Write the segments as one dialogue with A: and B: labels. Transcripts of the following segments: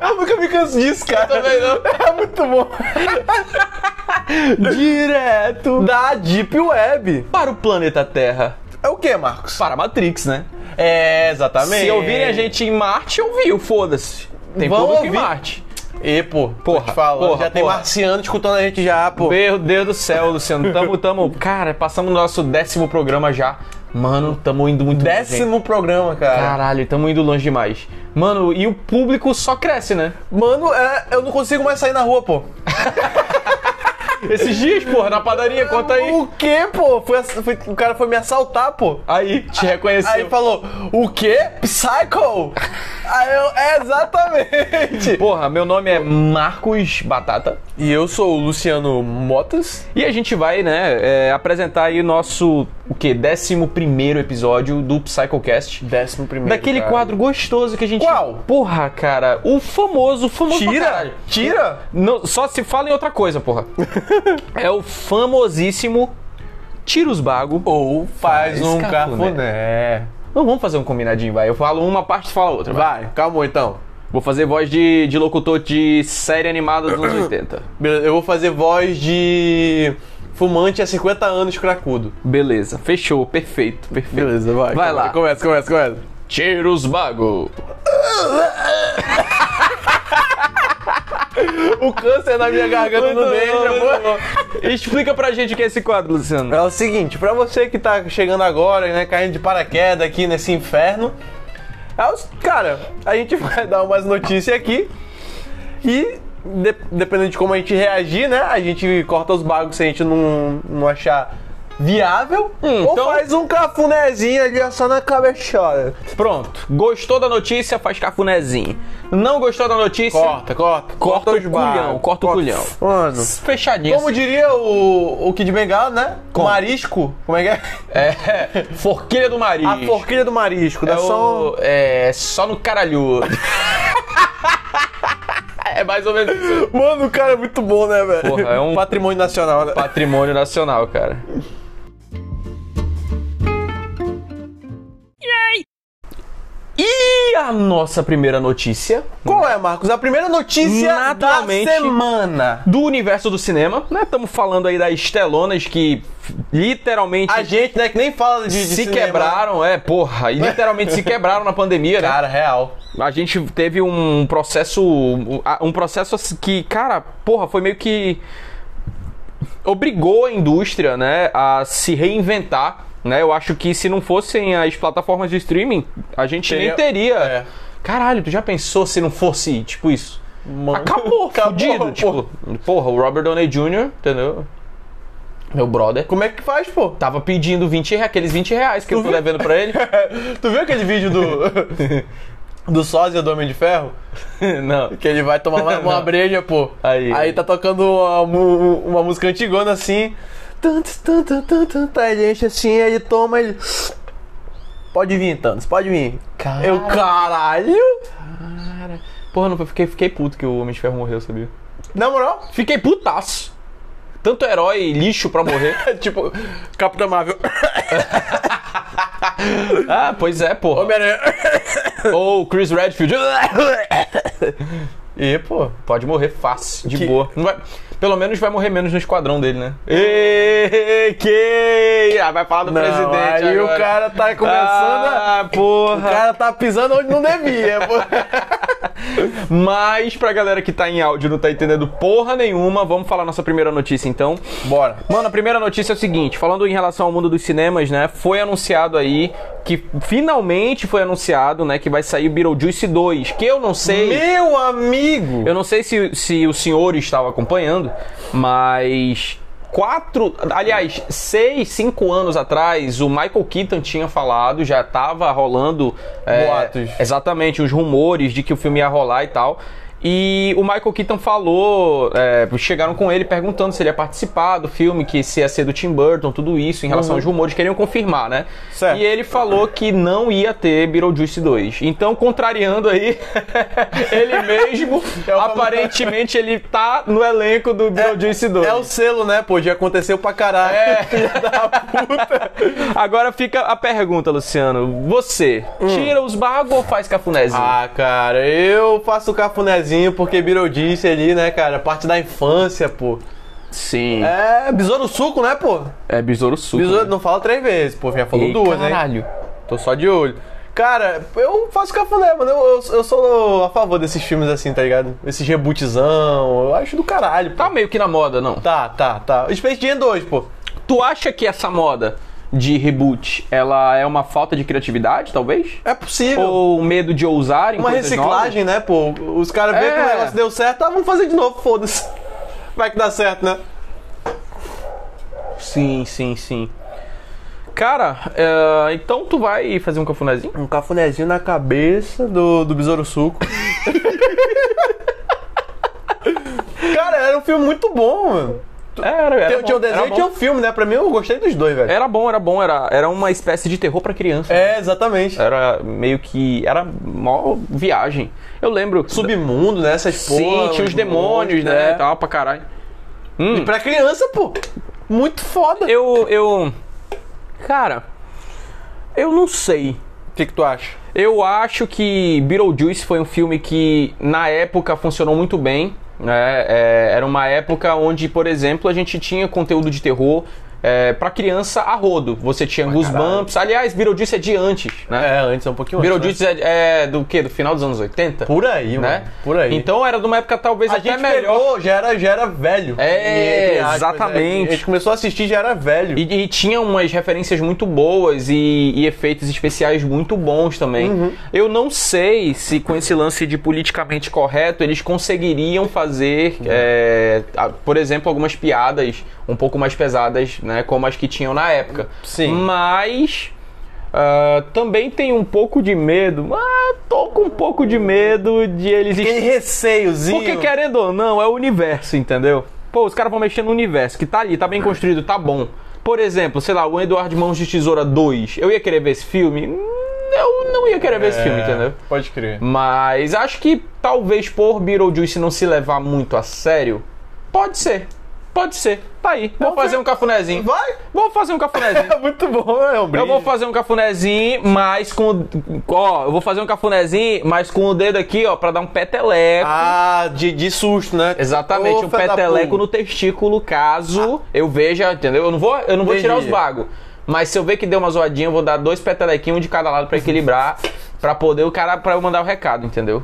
A: Ah,
B: Eu nunca me canso disso, cara.
A: Também não.
B: É muito bom. Direto da Deep Web.
A: Para o planeta Terra.
B: É o que, Marcos?
A: Para a Matrix, né?
B: É, exatamente.
A: Se ouvirem a gente em Marte, ouviu, foda-se. Tem
B: Vão
A: público em
B: ouvir.
A: Marte.
B: E, pô, porra,
A: Porra,
B: te falo,
A: porra,
B: já tem
A: porra.
B: marciano escutando a gente já, pô.
A: Meu Deus do céu, Luciano. Tamo, tamo. Cara, passamos no nosso décimo programa já. Mano, tamo indo muito longe, hein?
B: Décimo programa, cara.
A: Caralho, tamo indo longe demais. Mano, e o público só cresce, né?
B: Mano, é, eu não consigo mais sair na rua, pô.
A: Esses dias, porra, na
B: É,
A: padaria, conta aí.
B: O quê, pô? Foi ass- foi- o cara foi me assaltar, pô.
A: Aí, te
B: Aí
A: reconheceu.
B: falou, o quê? Psycho? Aí eu, é, exatamente.
A: Porra, meu nome é Marcos Batata.
B: E eu sou o Luciano Motas.
A: E a gente vai, né, é, apresentar aí o nosso, o quê? Décimo primeiro episódio do PsychoCast.
B: Décimo primeiro.
A: Daquele
B: cara.
A: quadro gostoso que a gente.
B: Qual?
A: Porra, cara. O famoso, o famoso. pra caralho.
B: Tira! Tira!
A: Não, só se fala em outra coisa, porra. é o famosíssimo Tira os Bago.
B: Ou faz,
A: Faz
B: um
A: cafuné.
B: cafuné.
A: Não, vamos fazer um combinadinho, vai. Eu falo uma parte e fala outra. Vai.
B: Vai, calma então.
A: Vou fazer voz de, de locutor de série animada dos anos 80.
B: Beleza, eu vou fazer voz de fumante há 50 anos cracudo.
A: Beleza, fechou, perfeito, perfeito.
B: Beleza, vai.
A: Vai
B: come-
A: lá.
B: Começa, começa, começa.
A: Tira os Bago.
B: O câncer na minha garganta
A: Muito
B: não deixa,
A: bom,
B: pô.
A: Explica pra gente o que é esse quadro, Luciano.
B: É o seguinte, pra você que tá chegando agora, né, caindo de paraquedas aqui nesse inferno, é os- cara, a gente vai dar umas notícias aqui e de- dependendo de como a gente reagir, né, a gente corta os bagos se a gente não, não achar viável ou
A: então-
B: faz um cafunézinho ali só na cabeçada.
A: Pronto, gostou da notícia, faz cafunézinho. Não gostou da notícia,
B: Corta, corta,
A: corta o
B: os bagos.
A: culhão, corta o culhão.
B: Mano,
A: Fechadinho.
B: como diria o, o Kid Bengala, né, marisco, como é que é?
A: É, forquilha do marido.
B: A porquilha do marisco,
A: é,
B: dá só... um-
A: o- é só no caralho. é mais ou menos isso.
B: Mano, o cara é muito bom, né, velho?
A: Porra, é um-
B: patrimônio nacional, né?
A: Patrimônio nacional, cara. E a nossa primeira notícia
B: Qual é, Marcos? A primeira notícia
A: Naturalmente.
B: da semana.
A: do universo do cinema, né? Estamos falando aí das estelonas que literalmente
B: A gente, né, que nem fala de, de
A: se
B: cinema. né?
A: quebraram, é, porra, e literalmente se quebraram na pandemia, né?
B: Cara, real.
A: A gente teve um processo. Um processo assim que, cara, porra, foi meio que. Obrigou a indústria, né, a se reinventar. Né? Eu acho que se não fossem as plataformas de streaming, a gente nem teria.
B: É.
A: Caralho, tu já pensou se não fosse, tipo, isso?
B: Mano,
A: Acabou, fudido.
B: pô.
A: Tipo, porra, o Robert Downey Jr., entendeu? Meu brother.
B: Como é que faz, pô?
A: Tava pedindo 20 reais, aqueles 20 reais que eu tô devendo pra ele.
B: tu viu aquele vídeo do... do sósia do Homem de Ferro?
A: não.
B: Que ele vai tomar uma, uma
A: Não.
B: breja, pô.
A: Aí.
B: tá tocando uma, mu- um, uma música antigona assim. Tanto, tanto, tanto, tanto. Aí ele enche assim, aí ele toma, ele. Pode vir, Thanos, pode vir.
A: Cara.
B: Eu, caralho!
A: Cara. Porra, não, eu fiquei, fiquei puto que o Homem de Ferro morreu, sabia?
B: Na moral,
A: Fiquei putaço. Tanto herói lixo pra morrer.
B: tipo, Capitão Marvel.
A: ah, pois é, porra.
B: Homem-Aranha.
A: Ou o Chris Redfield.
B: E, pô.
A: Pode morrer fácil, de
B: Que-
A: boa. Não vai- Pelo menos vai morrer menos no esquadrão dele, né? Ei, que... Ah, vai falar do
B: Não,
A: presidente
B: aí
A: agora.
B: o cara tá começando a.
A: Ah, porra.
B: O cara tá pisando onde não devia, pô.
A: Mas pra galera que tá em áudio e não tá entendendo porra nenhuma, vamos falar nossa primeira notícia então.
B: Bora.
A: Mano, a primeira notícia é o seguinte, falando em relação ao mundo dos cinemas, né? Foi anunciado aí que finalmente foi anunciado, né, que vai sair Beetlejuice 2, que eu não sei.
B: Meu amigo!
A: Tipo, Eu não sei se, se o senhor estava acompanhando, mas quatro, aliás, seis, cinco anos atrás, o Michael Keaton tinha falado, já estava rolando é,
B: Boatos.
A: exatamente, os rumores de que o filme ia rolar e tal. E o Michael Keaton falou, é, chegaram com ele perguntando se ele ia participar do filme, que se ia ser do Tim Burton, tudo isso, em relação
B: Uhum.
A: aos rumores, queriam confirmar, né?
B: Certo.
A: E ele falou que não ia ter Beetlejuice 2. Então, contrariando aí, ele mesmo,
B: É o famoso-
A: aparentemente, ele tá no elenco do Beetlejuice 2.
B: É o selo, né, pô? Já aconteceu pra caralho. Filha da puta.
A: Agora fica a pergunta, Luciano. Você, tira os bagos ou faz cafunézinho?
B: Hum. Ah, cara, eu faço o cafunézinho porque Beetlejuice ali, né, cara? Parte da infância, pô.
A: sim. É,
B: É, besouro suco, né, pô?
A: besouro suco. né?
B: Besouro, não fala três vezes, pô. Já falou
A: Ei,
B: duas, né?
A: caralho.
B: Tô só de olho. Cara, eu faço cafuné, mano. Eu, eu, eu sou a favor desses filmes assim, tá ligado? Esses rebootzão. Eu acho do caralho, pô.
A: Tá meio que na moda, não?
B: Tá, tá, tá. Space Jam 2, pô.
A: Tu acha que essa moda de reboot, ela é uma falta de criatividade, talvez?
B: É possível.
A: Ou um medo de ousar em
B: Uma
A: coisas
B: reciclagem, né, pô? Os caras veem que
A: É.
B: o negócio deu certo, ah, vamos fazer de novo, foda-se. Vai que dá certo, né?
A: novas? Sim, sim, sim. Cara, é, então tu vai fazer um cafunézinho?
B: Um cafunézinho na cabeça do, do Besouro Suco. cara, era um filme muito bom, mano.
A: Era, era
B: Tinha, tinha o
A: bom,
B: desenho e
A: era
B: tinha
A: bom. É.
B: o filme, né? Pra mim eu gostei dos dois, velho.
A: Era bom, era bom, era, era uma espécie de terror pra criança.
B: É, exatamente.
A: Era meio que. Era mó viagem. Eu lembro.
B: Submundo, né? É. Essas
A: Sim,
B: porra,
A: tinha os demônios, né? E tal, pra caralho. Hum.
B: E pra criança, pô. Muito foda.
A: Eu. Eu. Cara. Eu não sei.
B: O que, que tu acha?
A: Eu acho que Beetlejuice foi um filme que, na época, funcionou muito bem. Né? É, era uma época onde, por exemplo, a gente tinha conteúdo de terror é, pra criança a rodo. Você tinha Goosebumps. Aliás, Beetlejuice é de antes, né?
B: É, antes é um pouquinho antes. né?
A: Beetlejuice é, é do quê? Do final dos anos 80?
B: Por aí,
A: né?
B: mano. Por aí.
A: Então era de uma época talvez
B: a
A: até
B: gente
A: melhor.
B: pegou, já era, já era velho.
A: É,
B: Entre aspas,
A: exatamente.
B: né? A gente começou a assistir, já era velho.
A: E, e tinha umas referências muito boas e, e efeitos especiais muito bons também.
B: Uhum.
A: Eu não sei se com esse lance de politicamente correto eles conseguiriam fazer, é, a- por exemplo, algumas piadas um pouco mais pesadas, né, como as que tinham na época.
B: Sim.
A: Mas ah, também tem um pouco de medo. Ah, tô com um pouco de medo de eles
B: Aquele receiozinho.
A: porque querendo ou não, é o universo, entendeu? Pô, os caras vão mexer no universo, que tá ali, tá bem construído, tá bom. Por exemplo, sei lá, o Eduardo Mãos de Tesoura 2. Eu ia querer ver esse filme? Hum, Eu não ia querer ver
B: É.
A: esse filme, entendeu?
B: Pode crer.
A: Mas acho que talvez por Beetlejuice não se levar muito a sério, pode ser. Pode ser. Tá aí. Vou
B: Vamos
A: fazer
B: ver.
A: um cafunézinho.
B: Vai!
A: Vou fazer um cafunézinho.
B: É muito bom, é um brinde.
A: Eu vou fazer um cafunézinho, mas com. Ó, eu vou fazer um cafunézinho, mas com o dedo aqui, ó, pra dar um peteleco.
B: Ah, de, de susto, né?
A: Exatamente,
B: Ô,
A: um
B: fé da
A: peteleco
B: puta.
A: no testículo, caso eu veja, entendeu? Eu não vou, eu não vou tirar os
B: Entendi.
A: vagos. Mas se eu ver que deu uma zoadinha, eu vou dar dois petelequinhos um de cada lado pra equilibrar, pra poder o cara para eu mandar o recado, entendeu?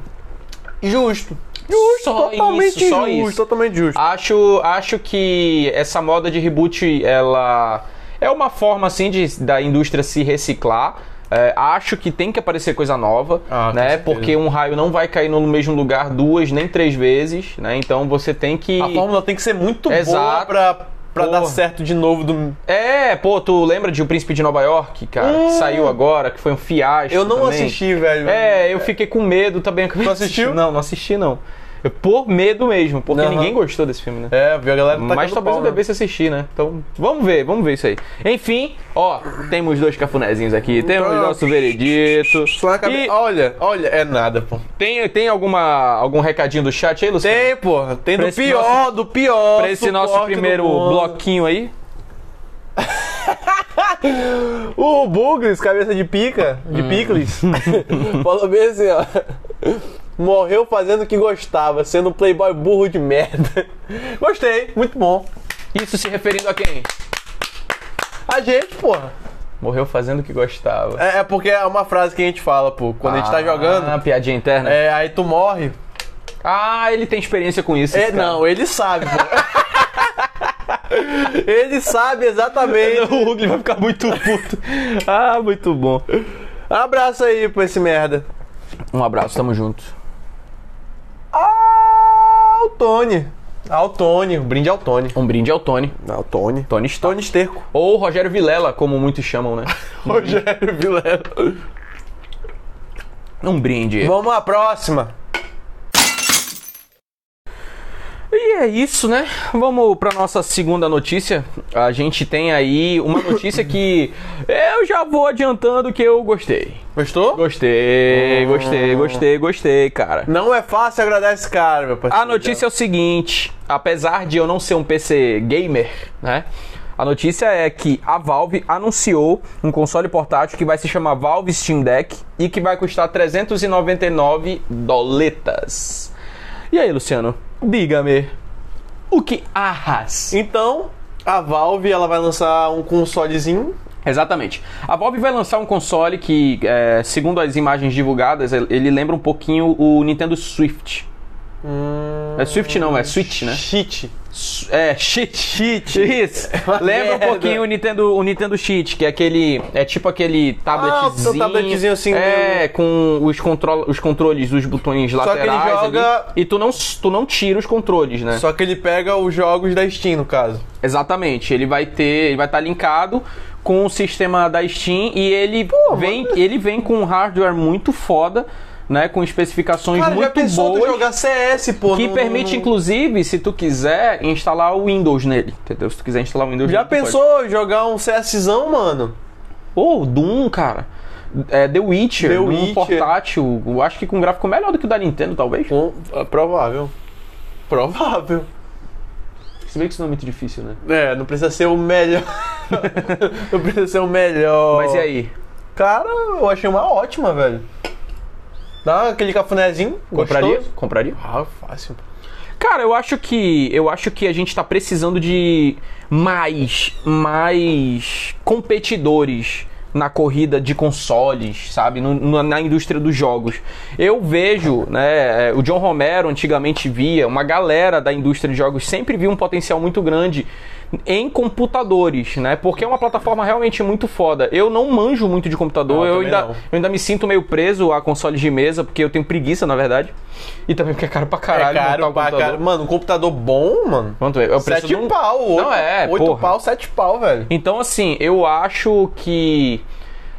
B: Justo.
A: Justo,
B: totalmente
A: isso, só
B: justo,
A: isso.
B: totalmente justo.
A: Acho, acho que essa moda de reboot, ela é uma forma assim de, da indústria se reciclar. É, acho que tem que aparecer coisa nova,
B: Ah, com
A: né?
B: certeza.
A: Porque um raio não vai cair no mesmo lugar duas nem três vezes, né? Então você tem que
B: A fórmula tem que ser muito boa
A: Exato.
B: pra, pra
A: Porra.
B: dar certo de novo. Do...
A: É, pô, tu lembra de O Príncipe de Nova York, cara?
B: Hum.
A: Que saiu agora, que foi um fiasco.
B: Eu não
A: também.
B: assisti, velho.
A: É, eu fiquei com medo também. Tu
B: assistiu?
A: Não, não assisti, não. Eu- por medo mesmo, porque
B: Aham.
A: ninguém gostou desse filme, né?
B: É, viu? A galera tá
A: Mas talvez eu devesse assistir, né? Então, vamos ver, vamos ver isso aí. Enfim, ó, temos dois cafunézinhos aqui, temos
B: Pronto.
A: nosso veredito.
B: né? E...
A: E
B: Olha, olha, é nada, pô.
A: tem, tem alguma, algum recadinho do chat aí, Luciano?
B: Tem, porra. Tem
A: Pra
B: do
A: esse
B: pior, do pior.
A: Pra esse nosso
B: suporte do
A: primeiro
B: mundo.
A: bloquinho aí.
B: O Bugles, cabeça de pica, de picles, falou bem assim, ó. Morreu fazendo o que gostava, sendo um playboy burro de merda. Gostei, muito bom.
A: Isso se referindo a quem?
B: A gente, porra.
A: Morreu fazendo o que gostava.
B: É, é porque é uma frase que a gente fala, pô. Quando a gente tá
A: Ah,
B: jogando,
A: piadinha interna.
B: é, aí tu morre.
A: Ah, ele tem experiência com isso.
B: É,
A: esse cara.
B: não, ele sabe, pô. ele sabe exatamente.
A: O Hugli vai ficar muito puto. ah, muito bom.
B: Abraço aí pra esse merda.
A: Um abraço, tamo junto.
B: Ao Tony. Ao Tony, um brinde ao Tony.
A: Um brinde ao Tony.
B: Ao Tony.
A: Tony Stark.
B: Tony Esterco.
A: Ou Rogério Vilela, como muitos chamam, né?
B: Rogério Vilela.
A: Um brinde.
B: Vamos à próxima.
A: É isso, né? Vamos para nossa segunda notícia. A gente tem aí uma notícia que eu já vou adiantando que eu gostei.
B: Gostou?
A: Gostei, gostei, gostei, gostei, cara.
B: Não é fácil agradar esse cara, meu parceiro.
A: A notícia é o seguinte: apesar de eu não ser um PC gamer, né? A notícia é que a Valve anunciou um console portátil que vai se chamar Valve Steam Deck e que vai custar 399 doletas. E aí, Luciano? Diga-me. O que arras?
B: Então, a Valve ela vai lançar um consolezinho.
A: Exatamente. A Valve vai lançar um console que, é, segundo as imagens divulgadas, ele lembra um pouquinho o Nintendo Swift.
B: Hum,
A: É Swift não, é Switch, né?
B: Cheat.
A: Su- É, shit.
B: Cheat.
A: Isso. Lembra um
B: merda.
A: pouquinho o Nintendo, o Nintendo Cheat, que é aquele. É tipo aquele tabletzinho.
B: o tabletzinho assim
A: É, com os, control, os controles dos botões
B: que ele
A: laterais. ali.
B: joga-
A: E tu não, tu não tira os controles, né?
B: Só que ele pega os jogos da Steam, no caso.
A: Exatamente, ele vai ter, ele vai estar linkado com o sistema da Steam e ele vem, ele vem com um hardware muito foda, né, com especificações
B: Cara, já
A: muito
B: pensou tu
A: boas.
B: jogar CS, pô?
A: Que
B: no-
A: permite,
B: no-
A: inclusive, se tu quiser, instalar o Windows nele. Entendeu? Se tu quiser instalar o Windows
B: Já
A: nele, tu
B: pensou jogar um CSzão, mano?
A: pode. Ô, Doom, cara. É, The Witcher,
B: The
A: um
B: Witcher.
A: portátil. Eu acho que com gráfico melhor do que o da Nintendo, talvez.
B: Com- é provável. Provável.
A: Se bem que isso não é muito difícil, né?
B: É, não precisa ser o melhor. não precisa ser o melhor.
A: Mas e aí?
B: Cara, eu achei uma ótima, velho. Dá aquele cafunézinho.
A: Compraria?
B: gostoso.
A: Compraria?
B: Ah, fácil.
A: Cara, eu acho que eu acho que a gente tá precisando de mais mais competidores na corrida de consoles, sabe, No- na, na indústria dos jogos. Eu vejo, né, é, o John Romero antigamente via, uma galera da indústria de jogos sempre via um potencial muito grande em computadores, né? Porque é uma plataforma realmente muito foda. Eu não manjo muito de computador,
B: Não,
A: eu
B: também
A: ainda
B: não.
A: eu ainda me sinto meio preso a consoles de mesa, porque eu tenho preguiça, na verdade. E também porque é caro pra caralho.
B: é caro
A: montar um
B: pra
A: computador.
B: caralho. Mano, um computador bom, mano.
A: Quanto é? É o preço
B: Sete
A: de um-
B: pau, oito,
A: Não, é,
B: oito
A: porra.
B: pau, sete pau, velho.
A: Então, assim, eu acho que.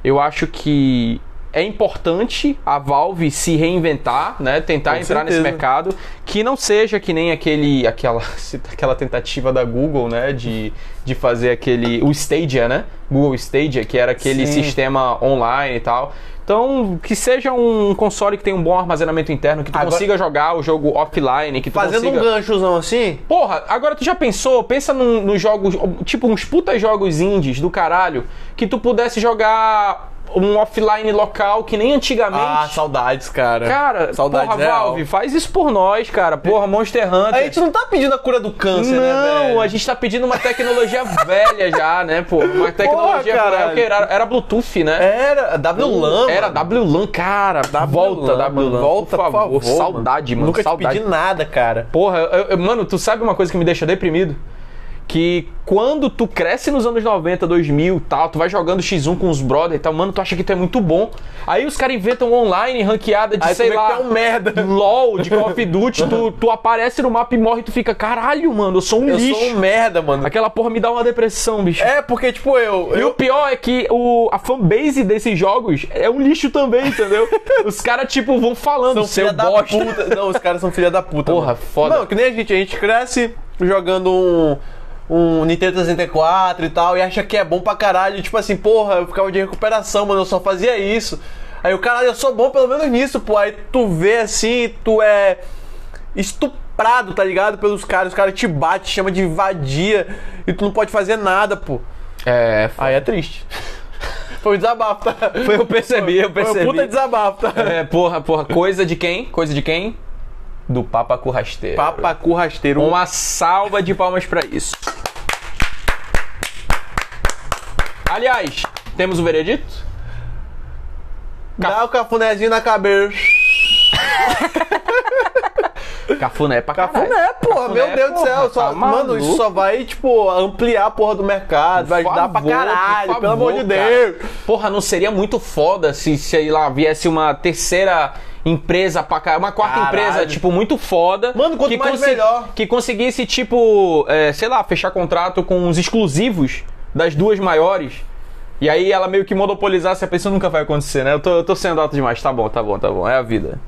A: Eu acho que. É importante a Valve se reinventar, né? Tentar
B: Com
A: entrar nesse
B: certeza.
A: mercado. Que não seja que nem aquele, aquela, aquela tentativa da Google, né? De, de fazer aquele. O Stadia, né? Google Stadia, que era aquele
B: Sim.
A: sistema online e tal. Então, que seja um console que tenha um bom armazenamento interno, que tu
B: Agora-
A: consiga jogar o jogo offline, que tu
B: Fazendo
A: consiga...
B: um ganchozão assim,
A: Porra, agora tu já pensou? Pensa num- nos jogos, tipo uns putas jogos indies do caralho, que tu pudesse jogar um offline local que nem antigamente.
B: Ah, saudades, cara.
A: cara,
B: saudades
A: porra,
B: real.
A: Valve, faz isso por nós, cara. Porra, Monster Hunter.
B: A gente não tá pedindo a cura do câncer, né,
A: não,
B: velho?
A: a gente tá pedindo uma tecnologia velha já, né, pô? Uma tecnologia
B: Porra,
A: por aí,
B: caralho. É,
A: que era, era Bluetooth, né?
B: Era WLAN.
A: Era WLAN, cara. volta,
B: WLAN,
A: WLAN.
B: Volta,
A: por favor.
B: mano.
A: saudade, mano.
B: Nunca
A: saudade.
B: te pedi nada, cara.
A: Porra, eu- eu- mano, tu sabe uma coisa que me deixa deprimido? Que quando tu cresce nos anos 90, 2000 e tal, tu vai jogando X1 com os brother e tal, mano, tu acha que tu é muito bom. Aí os caras inventam um online, ranqueada de,
B: Aí tu
A: sei
B: vê que
A: lá,
B: tu é um merda.
A: LOL, de Call of Duty, tu, tu aparece no mapa e morre e tu fica, caralho, mano, eu sou um
B: Eu
A: lixo.
B: sou um merda, mano.
A: Aquela porra me dá uma depressão, bicho.
B: É, porque, tipo, eu.
A: E o
B: eu...
A: pior é que o, a fanbase desses jogos é um lixo também, entendeu? Os caras, tipo, vão falando, seu
B: filha da
A: bosta.
B: puta. Não, os caras são filha da puta.
A: Porra,
B: mano.
A: foda.
B: Não, que nem a gente. A gente cresce jogando um. Um Nintendo 64 e tal, e acha que é bom pra caralho. Tipo assim, porra, eu ficava de recuperação, mano, eu só fazia isso. Aí o caralho, eu sou bom pelo menos nisso, pô. Aí tu vê assim, tu é estuprado, tá ligado? Pelos caras, os caras te batem, te chama de vadia, e tu não pode fazer nada, pô.
A: É, foda.
B: Aí é triste. Foi um desabafo, tá?
A: Foi, eu percebi, eu
B: Foi
A: percebi.
B: um puta desabafo, tá?
A: É, porra, porra. Coisa de quem? Coisa de quem? Do Papa Currasteiro.
B: Papa cu rasteiro.
A: Uma salva de palmas pra isso. Aliás, temos o veredito?
B: Dá o cafunézinho na cabeça.
A: Cafuné é pra caralho.
B: Cafuné, porra,
A: Cafuné,
B: meu Deus do
A: porra,
B: céu. Só,
A: tá
B: mano, isso
A: maluco.
B: só vai, tipo, ampliar a porra do mercado, vai ajudar pra
A: favor,
B: caralho,
A: por
B: pelo
A: favor,
B: amor de
A: cara.
B: Deus.
A: Porra, não seria muito foda se, sei lá, viesse uma terceira empresa pra cá, uma quarta
B: Caralho.
A: empresa, tipo, muito foda.
B: Mano, quanto mais, melhor.
A: Que conseguisse, tipo, é, sei lá, fechar contrato com os exclusivos das duas maiores. E aí ela meio que monopolizasse, a pessoa nunca vai acontecer, né? Eu tô, eu tô sendo alto demais, tá bom, tá bom, tá bom, é a vida.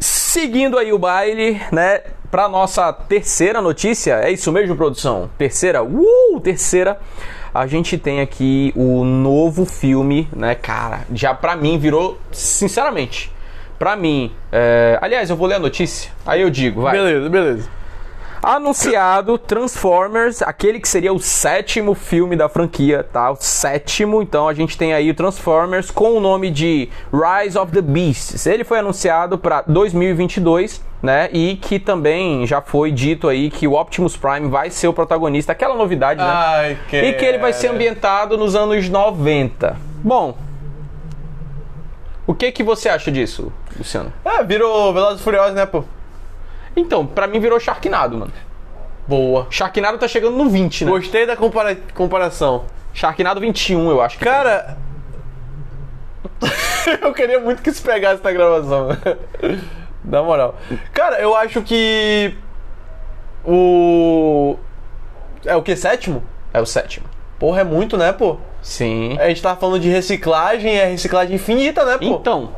A: Seguindo aí o baile, né? Pra nossa terceira notícia, é isso mesmo, produção? Terceira, uh, terceira. A gente tem aqui o novo filme, né, cara? Já pra mim virou, sinceramente, pra mim. é, Aliás, eu vou ler a notícia, aí eu digo, vai.
B: Beleza, beleza.
A: Anunciado Transformers, aquele que seria o sétimo filme da franquia, tá? O sétimo, então a gente tem aí o Transformers com o nome de Rise of the Beasts. Ele foi anunciado para 2022, né? E que também já foi dito aí que o Optimus Prime vai ser o protagonista, aquela novidade, né?
B: Ai, que.
A: E que ele vai ser ambientado nos anos 90. Bom, o que que você acha disso, Luciano?
B: Ah, virou Velozes e Furiosos, né, pô?
A: Então, pra mim virou Sharknado, mano.
B: Boa.
A: Sharknado tá chegando no 20, né?
B: Gostei da compara- comparação.
A: Sharknado 21, eu acho. que
B: Cara. eu queria muito que isso pegasse na gravação. na moral. Cara, eu acho que. O. É o que? Sétimo?
A: É o sétimo.
B: Porra, é muito, né, pô?
A: Sim.
B: A gente tava falando de reciclagem, é reciclagem infinita, né, pô?
A: Então.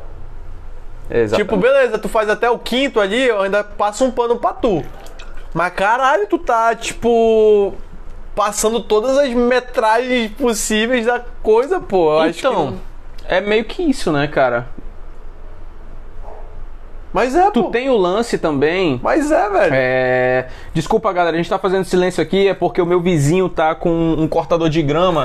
A: Exato.
B: tipo, beleza, tu faz até o quinto ali, eu ainda passo um pano pra tu. Mas caralho, tu tá, tipo. Passando todas as metragens possíveis da coisa, pô. Eu Acho
A: então,
B: que...
A: é meio que isso, né, cara?
B: Mas é,
A: Tu
B: pô.
A: tem o lance também.
B: Mas é, velho.
A: É... Desculpa, galera, a gente tá fazendo silêncio aqui, é porque o meu vizinho tá com um cortador de grama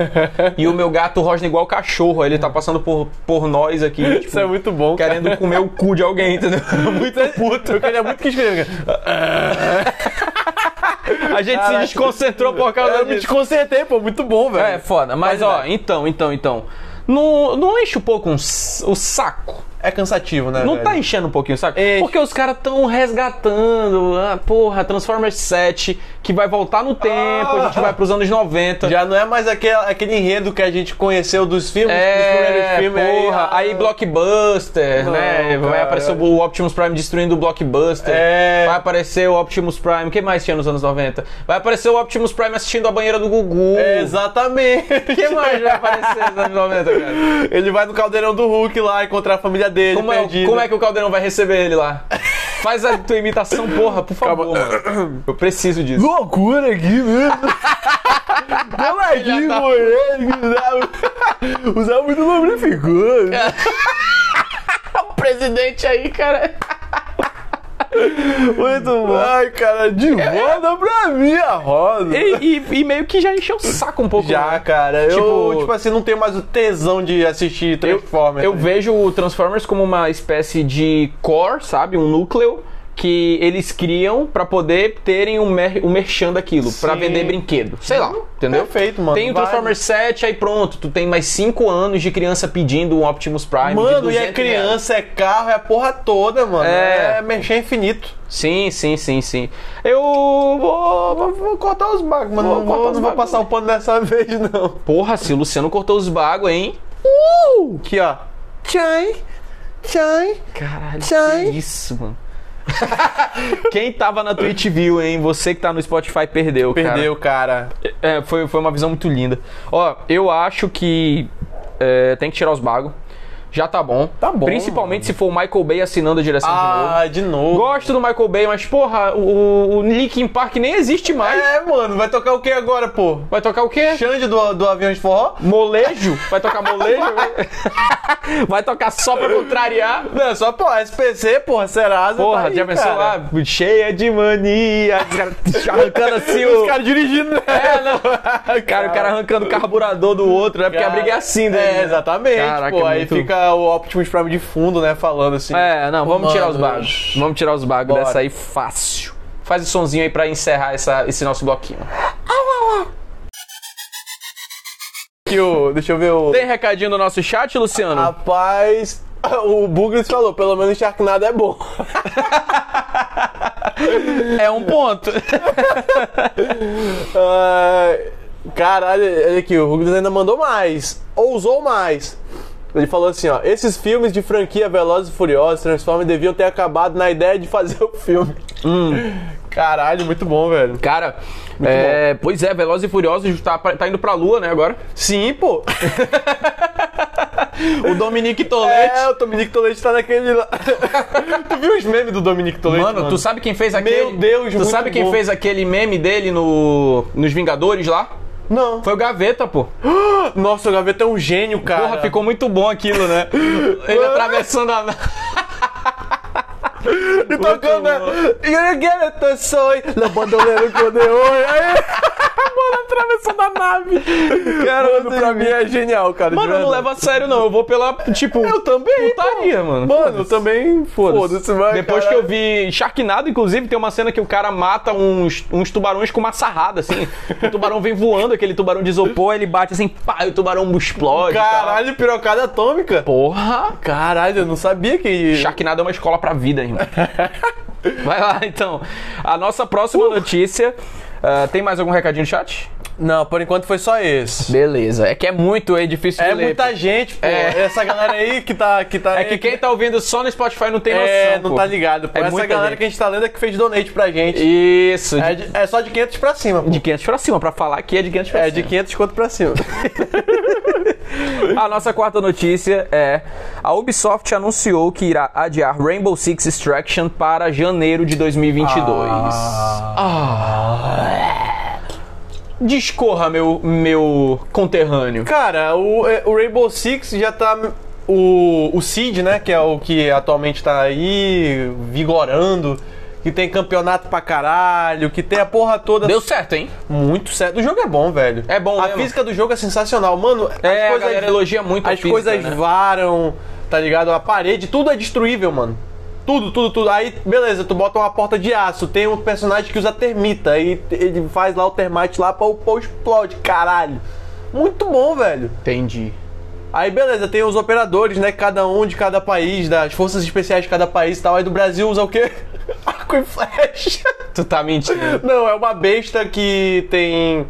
A: e o meu gato rosna igual cachorro. Ele tá passando por, por nós aqui, tipo,
B: Isso é muito bom. cara.
A: querendo comer o cu de alguém, entendeu?
B: Muito puto. Eu queria muito que escrevesse.
A: A gente
B: Caraca. É
A: se desconcentrou por causa
B: Eu
A: disso.
B: me desconcertei, pô. Muito bom, velho.
A: É, foda. Mas, ó,
B: Qualidade.
A: então, então, então. Não, não enche um pouco um s- o saco.
B: É cansativo, né?
A: Não
B: velho?
A: tá enchendo um pouquinho o saco?
B: Enche.
A: Porque os caras tão resgatando. Ah, porra, Transformers 7, que vai voltar no tempo, a gente vai pros anos 90.
B: Ah. Já não é mais aquele, aquele enredo que a gente conheceu dos filmes, dos primeiros
A: É,
B: filmes.
A: porra, aí,
B: ah,
A: Blockbuster,
B: Não,
A: né? Vai
B: cara.
A: aparecer o Optimus Prime destruindo o Blockbuster.
B: É.
A: Vai aparecer o Optimus Prime. Quem mais tinha nos anos 90? Vai aparecer o Optimus Prime assistindo a banheira do Gugu.
B: Exatamente.
A: Quem mais vai aparecer nos anos 90, cara?
B: Ele vai no caldeirão do Hulk lá encontrar a família dele,
A: Como é, o-
B: perdida.
A: como é que o Caldeirão vai receber ele lá? Faz a tua imitação, porra, por favor, mano. Eu preciso disso.
B: Loucura aqui mesmo. é Boladinho, moleque. Usava, usava é muito lubrificante.
A: é presidente aí, cara.
B: Muito bom. Ai, cara, é. de roda pra mim a roda.
A: E, e- e meio que já encheu o saco um pouco.
B: Já,
A: né?
B: cara.
A: Tipo-
B: eu, tipo assim, não tenho mais o tesão de assistir
A: Eu,
B: Transformers.
A: eu
B: né?
A: vejo o Transformers como uma espécie de core, sabe? Um núcleo que eles criam pra poder terem um, mer um merchan daquilo, pra
B: Sim.
A: vender brinquedo. Sei lá, entendeu?
B: Perfeito, mano.
A: Tem o
B: Vai.
A: Transformers 7, aí pronto. Tu tem mais 5 anos de criança pedindo um Optimus Prime. de
B: Mano, e
A: 200
B: é
A: reais.
B: criança, é carro, é a porra toda, mano.
A: É.
B: É, mexer infinito.
A: Sim, sim, sim, sim. Eu vou. vou- vou-
B: cortar os bagos, mano.
A: Vou
B: não vou,
A: cortar os
B: não vou
A: bagos.
B: passar o pano dessa vez, não.
A: Porra, se o Luciano cortou os bagos, hein?
B: Uh! Aqui, ó. Tchai, tchai.
A: Caralho,
B: Tchai.
A: que isso, mano. Quem tava na Twitch viu, hein? Você que tá no Spotify perdeu, cara.
B: Perdeu, cara.
A: É, foi, foi uma visão muito linda. Ó, eu acho que é, tem que tirar os bagos. Já tá bom.
B: Tá bom,
A: Principalmente se for o Michael Bay assinando a direção de novo.
B: Ah, de novo.
A: Gosto do Michael Bay, mas porra, o, o Linkin Park nem existe mais.
B: É, mano, vai tocar o que agora, pô?
A: Vai tocar o quê?
B: Xande do, do avião de forró?
A: Molejo? Vai tocar molejo? Vai tocar só pra contrariar?
B: Não, é só, pô, SPC, porra, Serasa. tá
A: Porra,
B: aí,
A: já pensou
B: cara.
A: lá? Cheia de mania. os caras Arrancando assim
B: Os
A: o.
B: caras dirigindo, né?
A: É, não. Cara, o cara arrancando o carburador do outro, né? Porque a briga é assim, né?
B: É, exatamente.
A: Caraca,
B: pô, aí
A: muito-
B: fica o Optimus Prime de fundo, né? Falando assim.
A: É, não, vamos
B: Mano.
A: tirar os bagos. Vamos tirar os bagos
B: Bora.
A: dessa aí fácil. Faz o sonzinho aí pra encerrar essa- esse nosso bloquinho.
B: Que o, deixa eu ver o.
A: Tem recadinho do nosso chat, Luciano?
B: Rapaz, o Bugles falou, pelo menos Sharknado é bom.
A: É um ponto.
B: Ai, É, caralho, olha aqui, o Bugles ainda mandou mais. Ousou mais. Ele falou assim, ó, esses filmes de franquia Velozes e Furiosos, Transformers deviam ter acabado na ideia de fazer o filme. Caralho, muito bom, velho.
A: Cara, é, pois é, Velozes e Furiosos tá, pra- tá indo pra lua, né, agora?
B: Sim, pô.
A: o Dominique Toletti.
B: É, o Dominique Toledo tá naquele lá. tu viu os memes do Dominique Toledo?
A: Mano, tu sabe quem fez aquele.
B: Meu Deus,
A: Tu
B: muito
A: sabe quem
B: bom.
A: fez aquele meme dele no, nos Vingadores lá?
B: Não.
A: Foi o Gaveta, pô.
B: Nossa, o Gaveta é um gênio, cara.
A: Porra, ficou muito bom aquilo, né? Ele atravessando a.
B: E tocando, né? You get it, eu sou. La bandoleira com Aí, mano, atravessando a nave. Cara, mano, pra mim é genial, cara. de
A: Mano, eu não
B: verdade.
A: leva a sério, não. Eu vou pela. Tipo.
B: Eu também,
A: Putaria, mano.
B: Mano, eu também. Foda-se, mano.
A: Depois que eu vi Sharknado, inclusive, tem uma cena que o cara mata uns, uns tubarões com uma sarrada, assim. o tubarão vem voando, aquele tubarão de isopor, ele bate assim, pá, e o tubarão explode. e tal.
B: Caralho, pirocada atômica.
A: Porra!
B: tá? Caralho, eu não sabia que.
A: Sharknado é uma escola pra vida, irmão. Vai lá, então. A nossa próxima
B: Uh.
A: notícia. ah, tem mais algum recadinho no chat?
B: Não, por enquanto foi só esse.
A: Beleza. É que é muito aí, difícil
B: É
A: de ler.
B: muita gente, pô.
A: É.
B: Essa galera aí que tá. Que tá
A: É que quem tá ouvindo só no Spotify não tem noção.
B: É, não
A: pô.
B: tá ligado. Pô.
A: É
B: Essa
A: muita
B: galera
A: gente.
B: que a gente tá lendo é que fez donate pra gente.
A: Isso, de,
B: É, de- é só de 500 pra cima, pô.
A: de 500 pra cima, pra falar que é de 500 pra
B: É
A: cima.
B: de 500 quanto pra cima.
A: A nossa quarta notícia é: a Ubisoft anunciou que irá adiar Rainbow Six Extraction para janeiro de 2022. Ah. Discorra, meu, meu conterrâneo.
B: Cara, o, é, o Rainbow Six já tá. O, o Seed, né? Que é o que atualmente tá aí vigorando. Que tem campeonato pra caralho, que tem a porra toda.
A: Deu certo, hein?
B: Muito certo. O jogo é bom, velho.
A: É bom
B: A
A: mesmo.
B: física do jogo é sensacional. Mano,
A: É, a galera elogia muito a
B: As
A: física,
B: coisas
A: né?
B: varam, tá ligado? A parede, tudo é destruível, mano. Tudo, tudo, tudo. Aí, beleza, tu bota uma porta de aço, tem um personagem que usa termita, aí ele faz lá o termite lá pra o pau explode, caralho. Muito bom, velho.
A: Entendi.
B: Aí, beleza, tem os operadores, né? Cada um de cada país, das forças especiais de cada país e tal. Aí do Brasil usa o quê? Arco e flecha.
A: Tu tá mentindo.
B: Não, é uma besta que tem.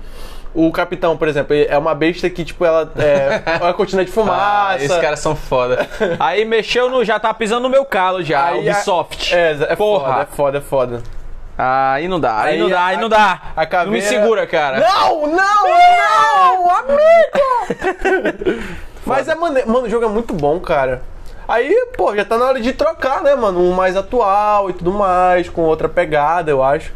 B: O capitão, por exemplo, é uma besta que, tipo, ela é uma cortina de fumaça.
A: Ah, esses caras são foda. Aí mexeu no. Já tá pisando no meu calo já,
B: Aí a-
A: Ubisoft.
B: É, é
A: Porra.
B: foda, é foda, é foda.
A: Aí não dá, aí,
B: Aí
A: não dá,
B: a-
A: aí não dá.
B: a caveira-
A: Não me segura, cara.
B: Não, não, não, amigo! Mas é, mane- mano, o jogo é muito bom, cara. Aí, pô, já tá na hora de trocar, né, mano? Um mais atual e tudo mais, com outra pegada, eu acho.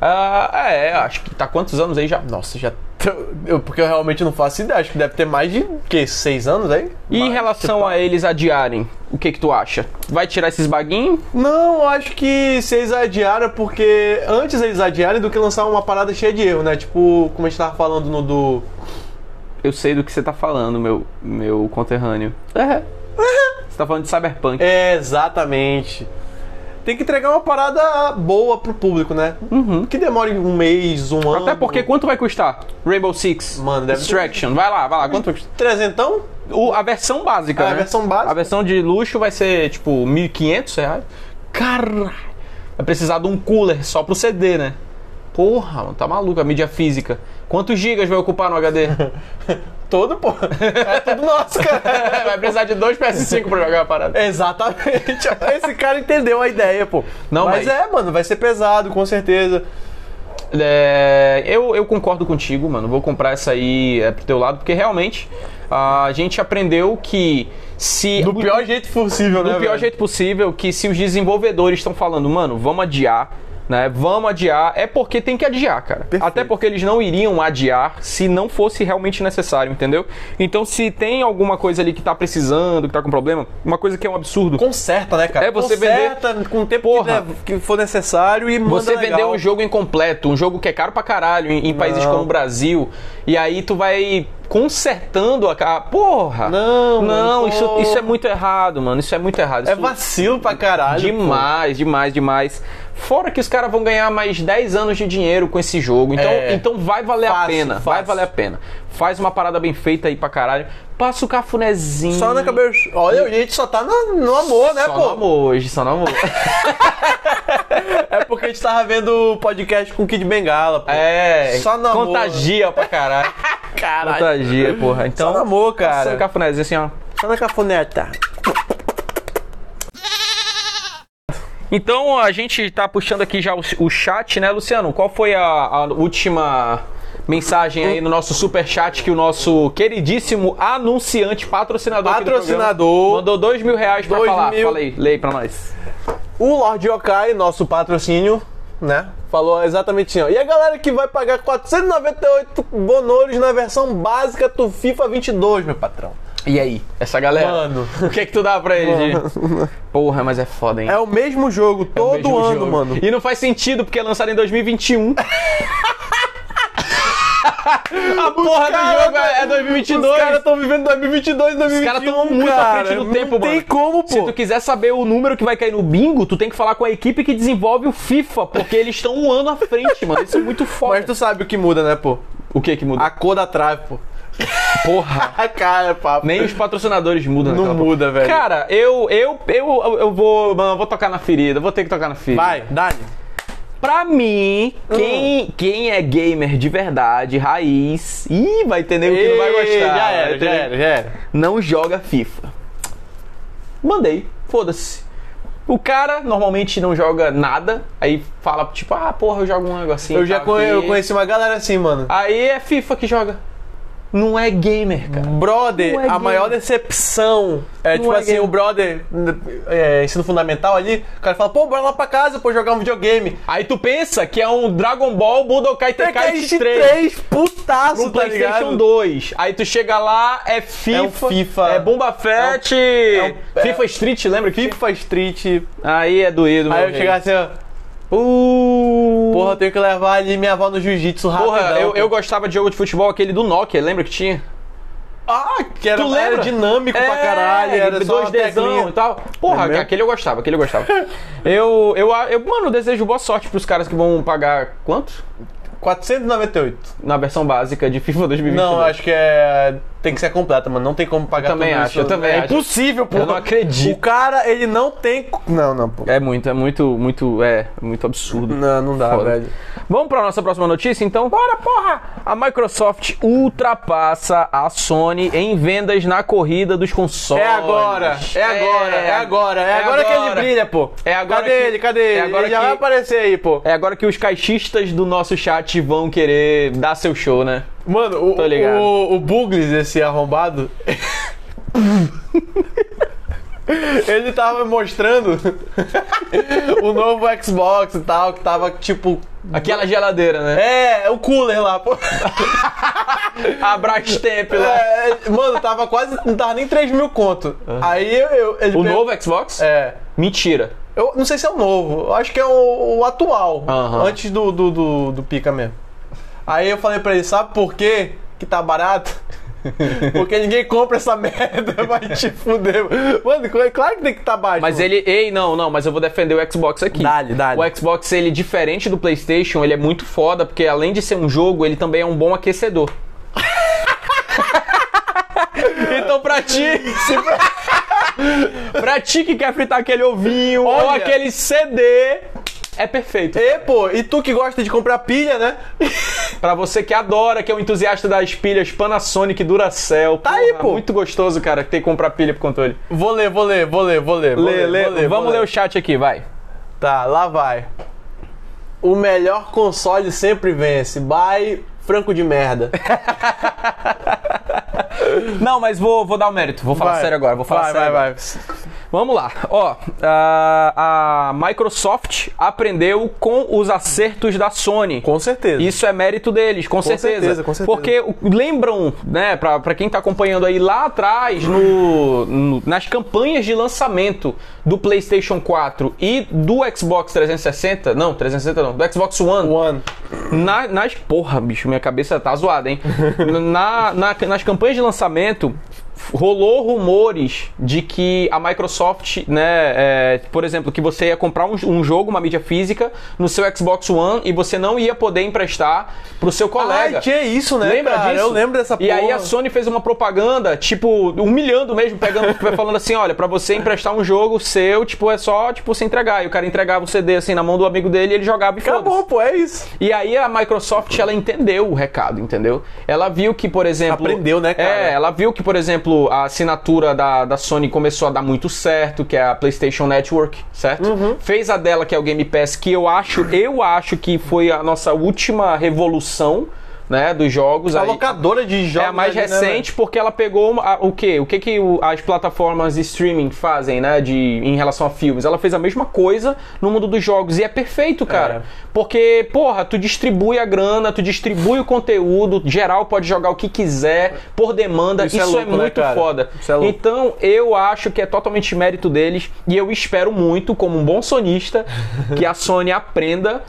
A: Ah, é, acho que tá quantos anos aí já?
B: Nossa, já. Então, Eu, porque eu realmente não faço ideia, acho que deve ter mais de, que, seis anos aí?
A: E em
B: Mais,
A: relação
B: tipo,
A: a eles adiarem, o que que tu acha? Vai tirar esses baguinhos?
B: Não, acho que se eles adiaram é porque antes eles adiarem do que lançar uma parada cheia de erro, né? Tipo, como a gente tava falando no do.
A: Eu sei do que você tá falando, meu, meu conterrâneo. Você tá falando de Cyberpunk.
B: É, exatamente. Tem que entregar uma parada boa pro público, né? Que demore um mês, um ano.
A: Uhum. Até porque quanto vai custar? Rainbow Six
B: Mano, deve-
A: Extraction. Vai lá, vai lá. Quanto vai custar?
B: Trezentão?
A: O- a versão básica,
B: Ah, a
A: né?
B: versão básica.
A: A versão de luxo vai ser, tipo, 1.500 reais. Caralho! Vai precisar de um cooler só pro CD, né? Porra, mano, tá maluco a mídia física. Quantos gigas vai ocupar no HD?
B: Todo, pô. É tudo nosso, cara.
A: vai precisar de dois PS5 pra jogar a parada.
B: Exatamente. Esse cara entendeu a ideia, pô.
A: Não, mas-
B: mas, é, mano, vai ser pesado, com certeza.
A: É, eu, eu concordo contigo, mano. Vou comprar essa aí é, pro teu lado, porque realmente a gente aprendeu que se.
B: Do pior jeito possível, né?
A: do pior
B: velho?
A: jeito possível, que se os desenvolvedores estão falando, mano, vamos adiar, né? Vamos adiar, é porque tem que adiar, cara.
B: Perfeito.
A: Até porque eles não iriam adiar se não fosse realmente necessário, entendeu? Então se tem alguma coisa ali que tá precisando, que tá com problema, uma coisa que é um absurdo.
B: Conserta, né, cara?
A: É, você
B: Conserta com o tempo
A: Porra.
B: que, der- que for necessário e manda
A: Você vender
B: legal.
A: um jogo incompleto, um jogo que é caro pra caralho em, em países
B: Não.
A: como o Brasil, e aí tu vai consertando a cara. Porra!
B: Não,
A: não,
B: mano,
A: isso,
B: pô.
A: isso é muito errado, mano. Isso é muito errado.
B: É
A: Isso-
B: vacilo pra caralho.
A: Demais, demais, demais. Fora que os caras vão ganhar mais 10 anos de dinheiro com esse jogo. Então,
B: É.
A: então vai valer a
B: Fácil,
A: pena. Vai
B: fácil.
A: valer a pena. Faz uma parada bem feita aí pra caralho. Passa o cafunézinho.
B: pô. Só na cabeça. Olha, a gente só tá no, no amor, né,
A: Só
B: pô?
A: no amor hoje, só no amor.
B: É porque a gente tava vendo o podcast com o Kid Bengala, pô.
A: É.
B: Só no amor.
A: Contagia pra caralho.
B: caralho.
A: Contagia, porra. Então,
B: Só no amor, cara.
A: Só no cafunézinho assim, ó.
B: Só na cafoneta.
A: Então a gente tá puxando aqui já o, o chat, né, Luciano? Qual foi a, a última mensagem aí no nosso super chat que o nosso queridíssimo anunciante, patrocinador, aqui do
B: Patrocinador.
A: programa, mandou dois mil reais pra
B: Dois
A: falar.
B: mil.
A: Fala aí, lê aí pra nós.
B: O Lord Yokai, nosso patrocínio, né? Falou exatamente assim, ó. E a galera que vai pagar 498 bonouros na versão básica do FIFA 22, meu patrão.
A: E aí, essa galera?
B: Mano.
A: O que é que tu dá pra ele? Porra, mas é foda, hein?
B: É o mesmo jogo
A: É o
B: todo
A: mesmo
B: ano,
A: jogo.
B: mano.
A: E não faz sentido, porque é lançado em 2021. A porra do
B: caras
A: jogo é é
B: tá- Os
A: 2022.
B: caras estão vivendo 2022 2021,
A: caras tão muito à
B: cara.
A: frente do
B: Não
A: tempo,
B: tem
A: mano.
B: como,
A: Se tu
B: pô.
A: quiser saber o número que vai cair no bingo, tu tem que falar com a equipe que desenvolve o FIFA, porque eles estão um ano à frente, mano. Isso é muito
B: Mas
A: foda.
B: tu sabe o que muda, né, pô?
A: O que que muda?
B: A cor da trave, pô.
A: porra.
B: A cara, papo.
A: Nem os patrocinadores mudam
B: Ah, Não
A: naquela porra.
B: muda, velho.
A: Cara, eu, eu, eu, eu vou, mano, eu vou tocar na ferida, eu vou ter que tocar na ferida.
B: Vai, Hum. Dani.
A: Pra mim, quem, quem é gamer de verdade, raiz, ih, vai ter
B: um
A: nego que não vai
B: Ei,
A: gostar.
B: Já
A: vai
B: era,
A: ter
B: já
A: nego-
B: era, já era.
A: Não joga FIFA. Mandei, foda-se. O cara normalmente não joga nada, aí fala tipo, ah, porra, eu jogo um negocinho.
B: Eu já
A: tal
B: conhe-
A: aqui.
B: eu conheci uma galera assim, mano.
A: Aí é FIFA que joga. Não é gamer, cara.
B: Ah, Brother,
A: Não é
B: a
A: game.
B: maior decepção é tipo
A: é
B: assim,
A: game.
B: o brother, é, ensino fundamental ali, o cara fala, pô, bora lá pra casa, pô, jogar um videogame.
A: Aí tu pensa que é um Dragon Ball
B: É
A: Budokai Tenkaichi 3.
B: 3, putaço,
A: no
B: tá
A: PlayStation
B: ligado?
A: 2. Aí tu chega lá, é FIFA.
B: É um FIFA.
A: É Bomba Fett.
B: é um- é-
A: FIFA Street, lembra? que
B: FIFA Street.
A: Aí é doído,
B: Aí
A: meu
B: eu
A: rei.
B: chegar assim, ó,
A: Uh,
B: porra, eu tenho que levar ali minha avó no jiu-jitsu rapidão.
A: Porra, eu,
B: pô.
A: eu gostava de jogo de futebol, aquele do Nokia, lembra que tinha?
B: Ah, que era,
A: Tu
B: era
A: lembra?
B: dinâmico pra
A: É,
B: caralho, era só uma
A: 2Dzão e
B: teclinha.
A: tal. Porra,
B: É mesmo?
A: aquele eu gostava, aquele eu gostava. eu, eu, eu, mano, eu desejo boa sorte pros caras que vão pagar quanto?
B: 498.
A: Na versão básica de FIFA 2022.
B: Não, acho que é. Tem que ser completa, mano. Não tem como pagar
A: Eu também
B: tudo
A: acho,
B: isso.
A: eu também
B: é
A: acho.
B: impossível, pô.
A: Eu não acredito.
B: O cara, ele não tem. Não, não, pô.
A: É muito, é muito, muito, é, muito absurdo.
B: Não, não dá,
A: Foda.
B: velho.
A: Vamos para nossa próxima notícia, então? Bora, porra! A Microsoft ultrapassa a Sony em vendas na corrida dos consoles.
B: É agora, é agora, é, agora, é, agora, que ele brilha, pô.
A: É agora
B: cadê
A: que-
B: ele, cadê
A: é
B: ele?
A: agora
B: ele já
A: que-
B: vai aparecer aí, pô.
A: É agora que os caixistas do nosso chat vão querer dar seu show, né?
B: Mano, o,
A: Tô ligado.
B: o, o Bugles, esse arrombado. ele tava mostrando o novo Xbox e tal, que tava tipo.
A: Aquela geladeira, né?
B: É, o cooler lá, pô.
A: A Brastemp lá.
B: É, mano, tava quase. Não tava nem 3 mil conto. Aí eu. eu- ele
A: O
B: pegou-
A: novo Xbox?
B: É.
A: Mentira.
B: Eu não sei se é o novo, eu acho que é o, o atual,
A: Aham.
B: antes do, do, do, do pica mesmo. Aí eu falei pra ele, sabe por quê que tá barato? Porque ninguém compra essa merda, vai te fuder. Mano, é claro que tem que tá baixo.
A: Mas é-
B: mano.
A: ele, ei, não, não, mas eu vou defender o Xbox aqui.
B: Dá-lhe, dá-lhe.
A: O Xbox, ele diferente do PlayStation, ele é muito foda, porque além de ser um jogo, ele também é um bom aquecedor. então pra ti, se pra... pra ti que quer fritar aquele ovinho ou
B: Olha.
A: aquele CD, é perfeito.
B: E, pô, e tu que gosta de comprar pilha, né?
A: Pra você que adora, que é um entusiasta das pilhas Panasonic Duracell. Tá
B: aí, pô.
A: Muito gostoso, cara, ter que comprar pilha pro controle.
B: Vou ler, vou ler, vou ler, vou ler. vou
A: Lê, lê,
B: vou ler,
A: vamos
B: vou
A: ler o chat aqui, vai.
B: Tá, lá vai. O melhor console sempre vence. Bye, Franco de merda.
A: Não, mas vou, vou dar o mérito. Vou falar
B: Vai.
A: sério agora. Vou falar
B: vai,
A: sério. agora.
B: vai, vai.
A: Vamos lá. Ó, a, a Microsoft aprendeu com os acertos da Sony.
B: Com certeza.
A: Isso é mérito deles, com, certeza.
B: certeza, com certeza.
A: Porque o- lembram, né, pra, pra quem tá acompanhando aí lá atrás, no, no- nas campanhas de lançamento do PlayStation 4 e do Xbox 360, não, 360 não, do Xbox One.
B: One.
A: Na- nas. Porra, bicho, minha cabeça tá zoada, hein? Na- na- nas campanhas de lançamento, rolou rumores de que a Microsoft, né, é, por exemplo, que você ia comprar um, um jogo, uma mídia física, no seu Xbox One e você não ia poder emprestar pro seu colega.
B: Ai, tinha isso, né?
A: Lembra
B: cara?
A: disso?
B: Eu lembro dessa
A: E aí a Sony fez uma propaganda, tipo, humilhando mesmo, pegando, falando assim, olha, pra você emprestar um jogo seu, tipo, é só, tipo, você entregar. E o cara entregava o CD, assim, na mão do amigo dele, e ele jogava e foda-se.
B: Acabou, pô, é isso.
A: E aí a Microsoft ela entendeu o recado, entendeu? Ela viu que, por exemplo.
B: Aprendeu, né, cara?
A: É, ela viu que, por exemplo, a assinatura da, da Sony começou a dar muito certo, que é a PlayStation Network, certo?
B: Uhum.
A: Fez a dela, que é o Game Pass, que eu acho, eu acho que foi a nossa última revolução. né, dos jogos.
B: A
A: aí-
B: Tá locadora de jogos.
A: é a mais
B: ali, né,
A: recente porque ela pegou uma- a- o quê? O que, que o- as plataformas de streaming fazem, né? De, em relação a filmes. Ela fez a mesma coisa no mundo dos jogos. E é perfeito, cara.
B: É.
A: Porque, porra, tu distribui a grana, tu distribui o conteúdo, geral pode jogar o que quiser, por demanda.
B: Isso
A: Isso,
B: é
A: é,
B: louco, né,
A: muito
B: cara?
A: foda.
B: Isso é louco.
A: Então, eu acho que é totalmente mérito deles. E eu espero muito, como um bom sonista, que a Sony aprenda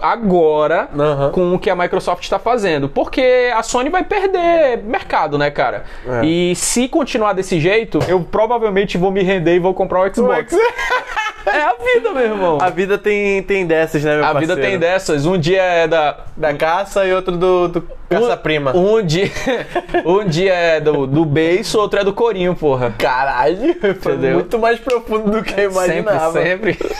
A: agora
B: Aham.
A: com o que a Microsoft está fazendo. Porque a Sony vai perder mercado, né, cara?
B: É.
A: E se continuar desse jeito, eu provavelmente vou me render e vou comprar o Xbox.
B: velho?
A: É a vida, meu irmão.
B: A vida tem, tem dessas, né, meu
A: A vida tem dessas. Um dia é da.
B: Da caça e outro do, do caça-prima.
A: Um dia, um dia é do, do beiço, outro é do corinho, porra.
B: Caralho, foi
A: Entendeu?
B: muito mais profundo do que eu imaginava.
A: Sempre, sempre.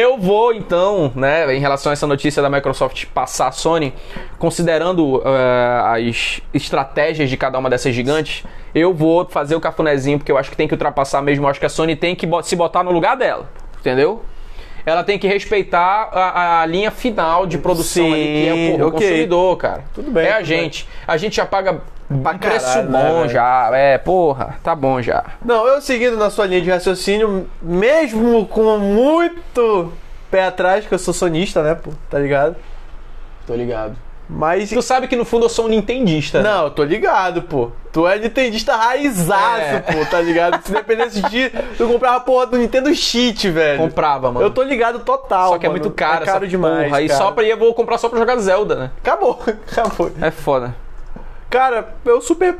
A: eu vou, então, né, em relação a essa notícia da Microsoft passar a Sony, considerando eh, as estratégias de cada uma dessas gigantes, eu vou fazer o cafunézinho, porque eu acho que tem que ultrapassar mesmo. Eu acho que a Sony tem que bo- se botar no lugar dela, entendeu? Ela tem que respeitar a, a linha final de produção, ali, que é porra, o
B: ok.
A: consumidor, cara.
B: Tudo bem,
A: É a
B: tudo bem.
A: gente. A gente já paga um preço
B: caralho, né,
A: bom
B: velho?
A: já. É, porra, tá bom já.
B: Não, eu seguindo na sua linha de raciocínio, mesmo com muito pé atrás, que eu sou sonista, né, pô, tá ligado?
A: Tô ligado.
B: Mas.
A: Tu sabe que no fundo eu sou um nintendista. né?
B: Não, eu tô ligado, pô. Tu é nintendista raizaço,
A: É.
B: pô, tá ligado? Se dependesse de ti, tu comprava a porra do Nintendo Cheat, velho.
A: Comprava, mano.
B: Eu tô ligado total.
A: Só que é
B: mano.
A: muito caro,
B: É caro
A: essa
B: demais.
A: Porra. E
B: cara.
A: só pra e eu vou comprar só pra jogar Zelda, né?
B: Acabou, acabou.
A: É foda.
B: Cara, eu super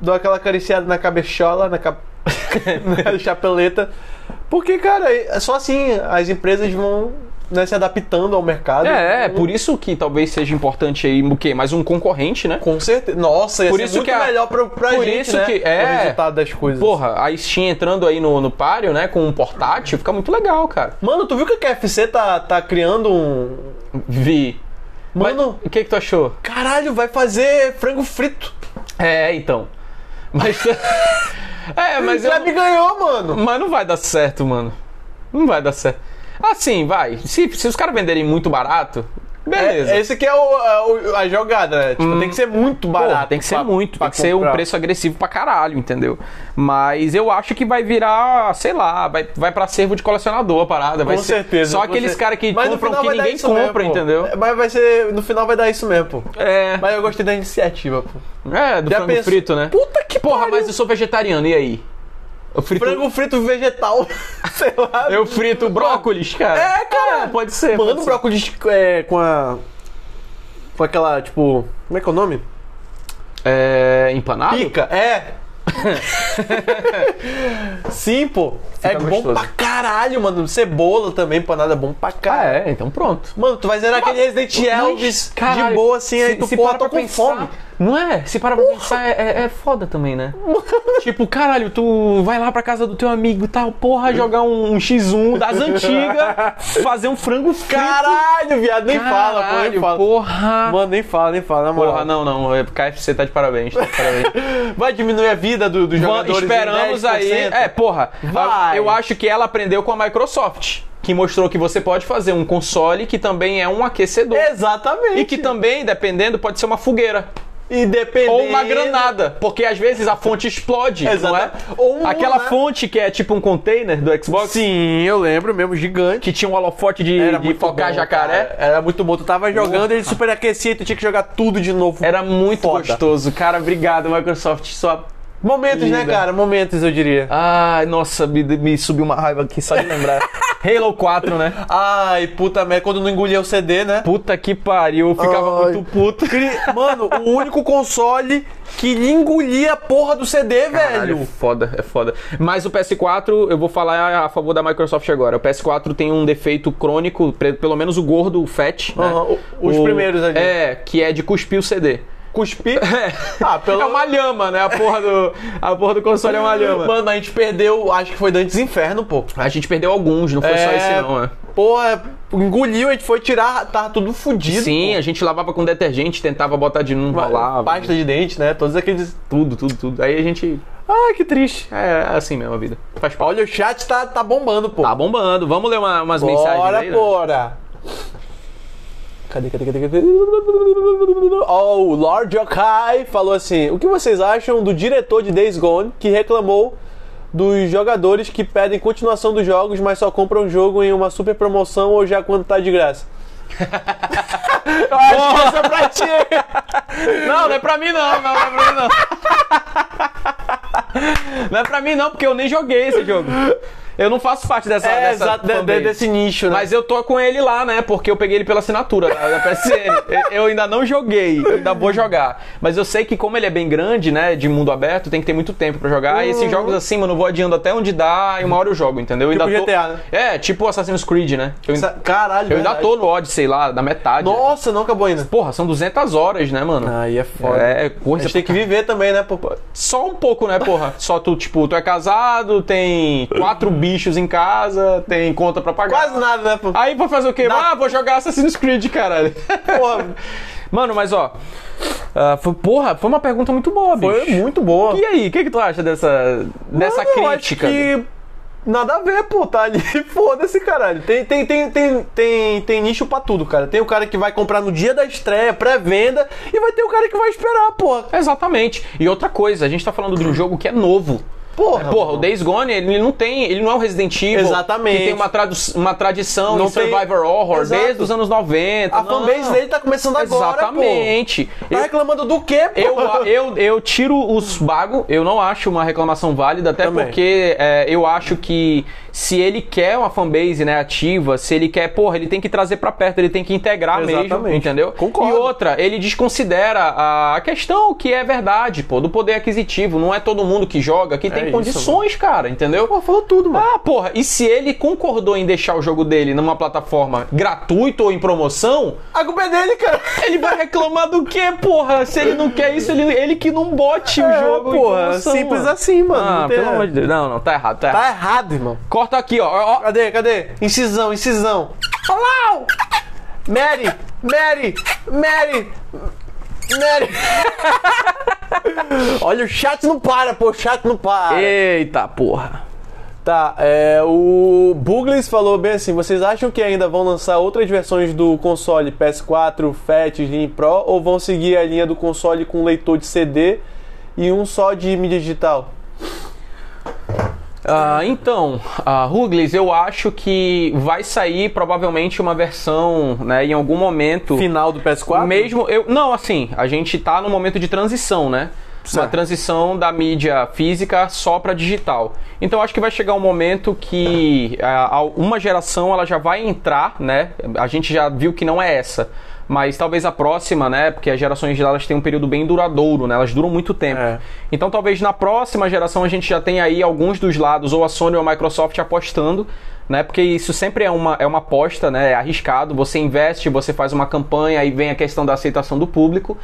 B: dou aquela acariciada na cabeçola, na, cap... na chapeleta. Porque, cara, é só assim as empresas vão né, se adaptando ao mercado.
A: É, é, por isso que talvez seja importante aí o quê? Mais um concorrente, né?
B: Com certeza. Nossa, ia
A: Por
B: ser
A: isso
B: muito
A: que a-
B: melhor pra, pra
A: por
B: gente,
A: isso
B: né?
A: que- é.
B: O resultado das coisas.
A: Porra, a Steam entrando aí no, no páreo, né? Com um portátil, fica muito legal, cara.
B: Mano, tu viu que a KFC tá, tá criando um...
A: Vi.
B: Mano,
A: Mas- o que que tu achou?
B: caralho, vai fazer frango frito.
A: É, então. Mas. é, mas eu
B: Já
A: não-
B: me ganhou, mano.
A: Mas não vai dar certo, mano. Não vai dar certo. Assim, vai. Se, se os caras venderem muito barato, beleza.
B: É, esse que é o- a, o- a jogada, né? Tipo, tem que ser muito
A: Porra,
B: barato.
A: tem que ser
B: pra-
A: muito,
B: pra
A: tem que ser um
B: comprar.
A: preço agressivo pra caralho, entendeu? Mas eu acho que vai virar, sei lá, vai, vai pra servo de colecionador a parada. vai
B: Com
A: ser
B: certeza.
A: Só
B: com
A: aqueles
B: certeza.
A: caras que
B: Mas no
A: compram
B: final
A: que
B: vai dar
A: ninguém
B: isso
A: compra,
B: mesmo, pô.
A: entendeu?
B: É, Mas vai ser. No final vai dar isso mesmo, pô.
A: É,
B: Mas eu gostei da iniciativa, pô.
A: é do
B: Já
A: frango
B: pensou-
A: frito, né?
B: Puta que
A: Porra,
B: pariu.
A: mas eu sou vegetariano, e aí? Eu frito,
B: Frango frito vegetal. Sei lá.
A: eu frito brócolis, cara.
B: É, cara. um
A: Ah, pode ser.
B: Mano,
A: pode ser.
B: brócolis é, com a. Com aquela, tipo. Como é que é o nome?
A: É, empanado?
B: Pica, é. Sim, pô. é bom
A: gostoso.
B: pra caralho, mano. Cebola também, panada é bom pra
A: Ah,
B: caralho.
A: é, então pronto.
B: Mano, tu vai zerar aquele Resident Elvis de boa, assim, aí tu porra, tô com fome.
A: Não é? Se parar pra pensar, é, é- é foda também, né? tipo, caralho, tu vai lá pra casa do teu amigo e tal, porra, jogar um, um X1 das antigas, fazer um frango frito.
B: Caralho, viado, nem fala, pô, nem
A: Caralho,
B: fala.
A: porra.
B: Mano, nem fala, nem fala, na moral.
A: Porra, não, não, é, KFC tá de parabéns, tá de parabéns.
B: Vai diminuir a vida do- dos
A: Vamos-
B: jogadores. em
A: Esperamos aí.
B: 10%.
A: É, porra, a-
B: Vai.
A: eu acho que ela aprendeu com a Microsoft, que mostrou que você pode fazer um console que também é um aquecedor.
B: Exatamente.
A: E que também, dependendo, pode ser uma fogueira.
B: Independente.
A: Ou uma granada, porque às vezes a fonte explode, não é?
B: Exato. Ou um,
A: Aquela
B: né?
A: fonte que é tipo um container do Xbox,
B: Sim, eu lembro mesmo, gigante.
A: que tinha um holofote de, de focar
B: bom,
A: jacaré.
B: cara. Era muito bom. Tu tava jogando, ele superaquecia e tu tinha que jogar tudo de novo.
A: Era muito
B: Foda.
A: gostoso. Cara, obrigado, Microsoft. Só...
B: Momentos, né,
A: Linda.
B: cara? Momentos, eu diria.
A: Ai, nossa, me, me subiu
B: Ah,
A: uma raiva aqui só de lembrar. Halo 4, né?
B: Ai, puta merda, quando não engolia o CD, né?
A: Puta que pariu, eu ficava
B: Ai.
A: muito puto.
B: Cri- Mano, o único console que engolia a porra do CD,
A: Caralho,
B: velho.
A: foda, é foda. Mas o PS4, eu vou falar a favor da Microsoft agora. O PS4 tem um defeito crônico, pre- pelo menos o gordo, o fat, né?
B: Aham, o- os primeiros ali.
A: É, que é de cuspir o CD.
B: Cuspir.
A: É.
B: Ah, pelo
A: É uma lhama, né? A porra do, a porra do console é uma lhama.
B: Mano, a gente perdeu, acho que foi Dantes Inferno, pô.
A: A gente perdeu alguns, não foi só
B: É,
A: esse não, é.
B: Porra, engoliu, a gente foi tirar, tava tudo fudido.
A: Sim, a gente lavava com detergente, tentava botar de novo,
B: pô.
A: não rolava.
B: Pasta de dente, né? Todos aqueles.
A: Tudo, tudo, tudo. Aí a gente...
B: Ah, que triste.
A: É assim mesmo a vida. Faz parte.
B: Olha, o chat tá, tá bombando, pô.
A: né? Tá bombando. Vamos ler uma- umas mensagens
B: Bora,
A: aí, né?
B: bora. Cadê, cadê, cadê, cadê? Oh, o Lord Yokai falou assim: O que vocês acham do diretor de Days Gone que reclamou dos jogadores que pedem continuação dos jogos, mas só compram o jogo em uma super promoção ou já quando tá de graça? Eu acho que essa é pra ti.
A: Não, não é pra mim não, não, não é pra mim não. Não é pra mim não, porque eu nem joguei esse jogo. Eu não faço parte dessa,
B: É,
A: dessa
B: exato, de- de-
A: fanbase.
B: desse nicho, né?
A: Mas eu tô com ele lá, né? Porque eu peguei ele pela assinatura da, da PSN. Eu- Eu ainda não joguei, ainda vou jogar. Mas eu sei que como ele é bem grande, né? De mundo aberto, tem que ter muito tempo pra jogar. E esses jogos assim, mano, eu vou adiando até onde dá e uma hora eu jogo, entendeu? Eu
B: Uhum. Tipo
A: ainda tô...
B: GTA, né?
A: É, tipo Assassin's Creed, né? Eu,
B: Essa- Caralho,
A: eu ainda
B: verdade.
A: tô no Odyssey lá, da metade.
B: Nossa, não acabou ainda.
A: Porra, são 200 horas, né, mano?
B: Aí é foda.
A: É,
B: A
A: coisa
B: gente tem que viver também, né? pô?
A: Só um pouco, né, porra? Só tu, tipo, tu é casado, tem quatro bichos em casa, tem conta pra pagar.
B: Quase nada, né? pô?
A: Aí vou fazer o quê?
B: Na-
A: Ah, vou jogar Assassin's Creed, caralho.
B: Porra,
A: Mano, mas ó. ah, foi, porra, foi uma pergunta é muito boa, bicho.
B: foi muito boa.
A: E aí, o que, que tu acha dessa, dessa
B: Mano, é, eu
A: crítica? né?
B: Acho que nada a ver, pô, tá ali. Foda-se, caralho. Tem, tem, tem, tem, tem, tem nicho pra tudo, cara. Tem o cara que vai comprar no dia da estreia, pré-venda, e vai ter o cara que vai esperar, porra.
A: Exatamente. E outra coisa, a gente tá falando de um jogo que é novo.
B: Porra,
A: É, porra, o Days Gone, ele não tem, ele não é o Resident Evil.
B: Exatamente.
A: Que tem uma, tradu uma tradição
B: Não
A: em
B: tem-
A: Survivor Horror
B: Exato.
A: desde os anos 90.
B: A
A: Não.
B: fanbase dele tá começando agora,
A: Exatamente.
B: pô. Tá reclamando do quê, pô?
A: Eu, eu, eu, eu tiro os bagos, eu não acho uma reclamação válida, até
B: Também.
A: porque é, eu acho que se ele quer uma fanbase né, ativa, se ele quer, porra, ele tem que trazer pra perto, ele tem que integrar mesmo,
B: Exatamente.
A: entendeu?
B: Concordo.
A: E outra, ele desconsidera a questão que é verdade, pô, do poder aquisitivo. Não é todo mundo que joga que tem
B: É isso,
A: condições, cara, entendeu?
B: Pô, falou tudo, mano.
A: Ah, porra, e se ele concordou em deixar o jogo dele numa plataforma gratuita ou em promoção,
B: A culpa é dele, cara.
A: ele vai reclamar do quê, porra? Se ele não quer isso, ele, ele que não bote o
B: É,
A: jogo. em
B: porra,
A: promoção,
B: simples assim, mano,
A: Ah,
B: não tem
A: pelo
B: erro.
A: amor de Deus. Não, não, tá errado, tá, errado.
B: Tá errado, irmão.
A: Corta aqui, ó. ó, ó.
B: Cadê, cadê? Incisão, incisão. Olá! Mary, Mary, Mary, Mary. Olha, o chat não para, pô, o chat não para.
A: Eita, porra.
B: Tá, é, o Bugles falou bem assim: vocês acham que ainda vão lançar outras versões do console PS4, FAT, Slim Pro ou vão seguir a linha do console com leitor de CD e um só de mídia digital?
A: Ah, então, ah, Ruglis, eu acho que vai sair provavelmente uma versão, né, em algum momento.
B: Final do PS4?
A: Mesmo eu, não, assim, a gente tá num momento de transição, né? Uma
B: Certo.
A: transição da mídia física só para digital. Então acho que vai chegar um momento que ah, a- uma geração ela já vai entrar, né? A gente já viu que não é essa, mas talvez a próxima, né? Porque as gerações elas têm um período bem duradouro, né? Elas duram muito tempo.
B: É.
A: Então talvez na próxima geração a gente já tenha aí alguns dos lados, ou a Sony ou a Microsoft apostando, né? Porque isso sempre é uma, é uma aposta, né? É arriscado. Você investe, você faz uma campanha, aí vem a questão da aceitação do público.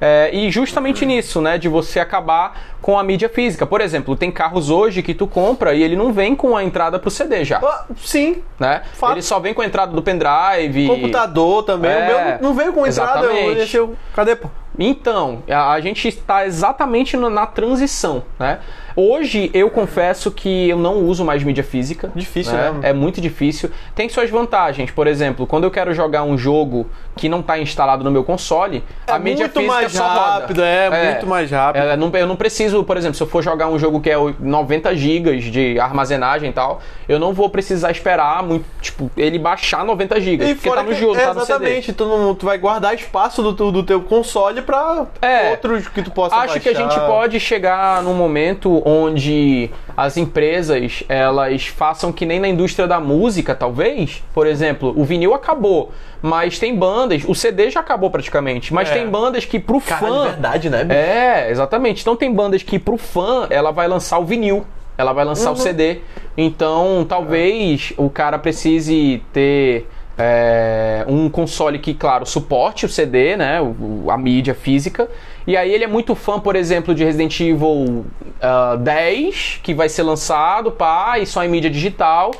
A: É, e justamente nisso, né? De você acabar com a mídia física. Por exemplo, tem carros hoje que tu compra e ele não vem com a entrada pro CD já,
B: Ah, sim,
A: né?
B: fato.
A: Ele só vem com a entrada do pendrive.
B: computador também.
A: É,
B: o meu não- não veio com entrada, eu
A: exatamente.
B: deixei. o- Cadê, pô?
A: Então, a, a gente está exatamente na, na transição, né? Hoje eu confesso que eu não uso mais mídia física.
B: Difícil, né?
A: É muito difícil. Tem suas vantagens. Por exemplo, quando eu quero jogar um jogo que não está instalado no meu console,
B: É
A: a mídia
B: muito
A: física
B: mais
A: só roda.
B: rápido, é, muito mais rápido.
A: É, não- eu não preciso, por exemplo, se eu for jogar um jogo que é o- 90 GB de armazenagem e tal, eu não vou precisar esperar muito, tipo, ele baixar 90 GB,
B: E
A: porque
B: fora
A: tá no
B: que-
A: jogo,
B: é,
A: tá no CD.
B: Exatamente, tu, não, tu vai guardar espaço do, teu- do teu console pra
A: É.
B: outros que tu possa
A: Acho que a
B: baixar.
A: gente pode chegar num momento onde as empresas elas façam que nem na indústria da música, talvez. Por exemplo, o vinil acabou, mas tem bandas, o CD já acabou praticamente, mas
B: É.
A: tem bandas que pro
B: Caralho,
A: fã
B: verdade, né? bicho?
A: é, exatamente. Então tem bandas que pro fã ela vai lançar o vinil, ela vai lançar o
B: Uhum.
A: CD. Então talvez o cara precise ter é, um console que, claro, suporte o CD, né? o- o- a mídia física. E aí ele é muito fã, por exemplo, de Resident Evil ah, 10, que vai ser lançado, pá, e só em mídia digital.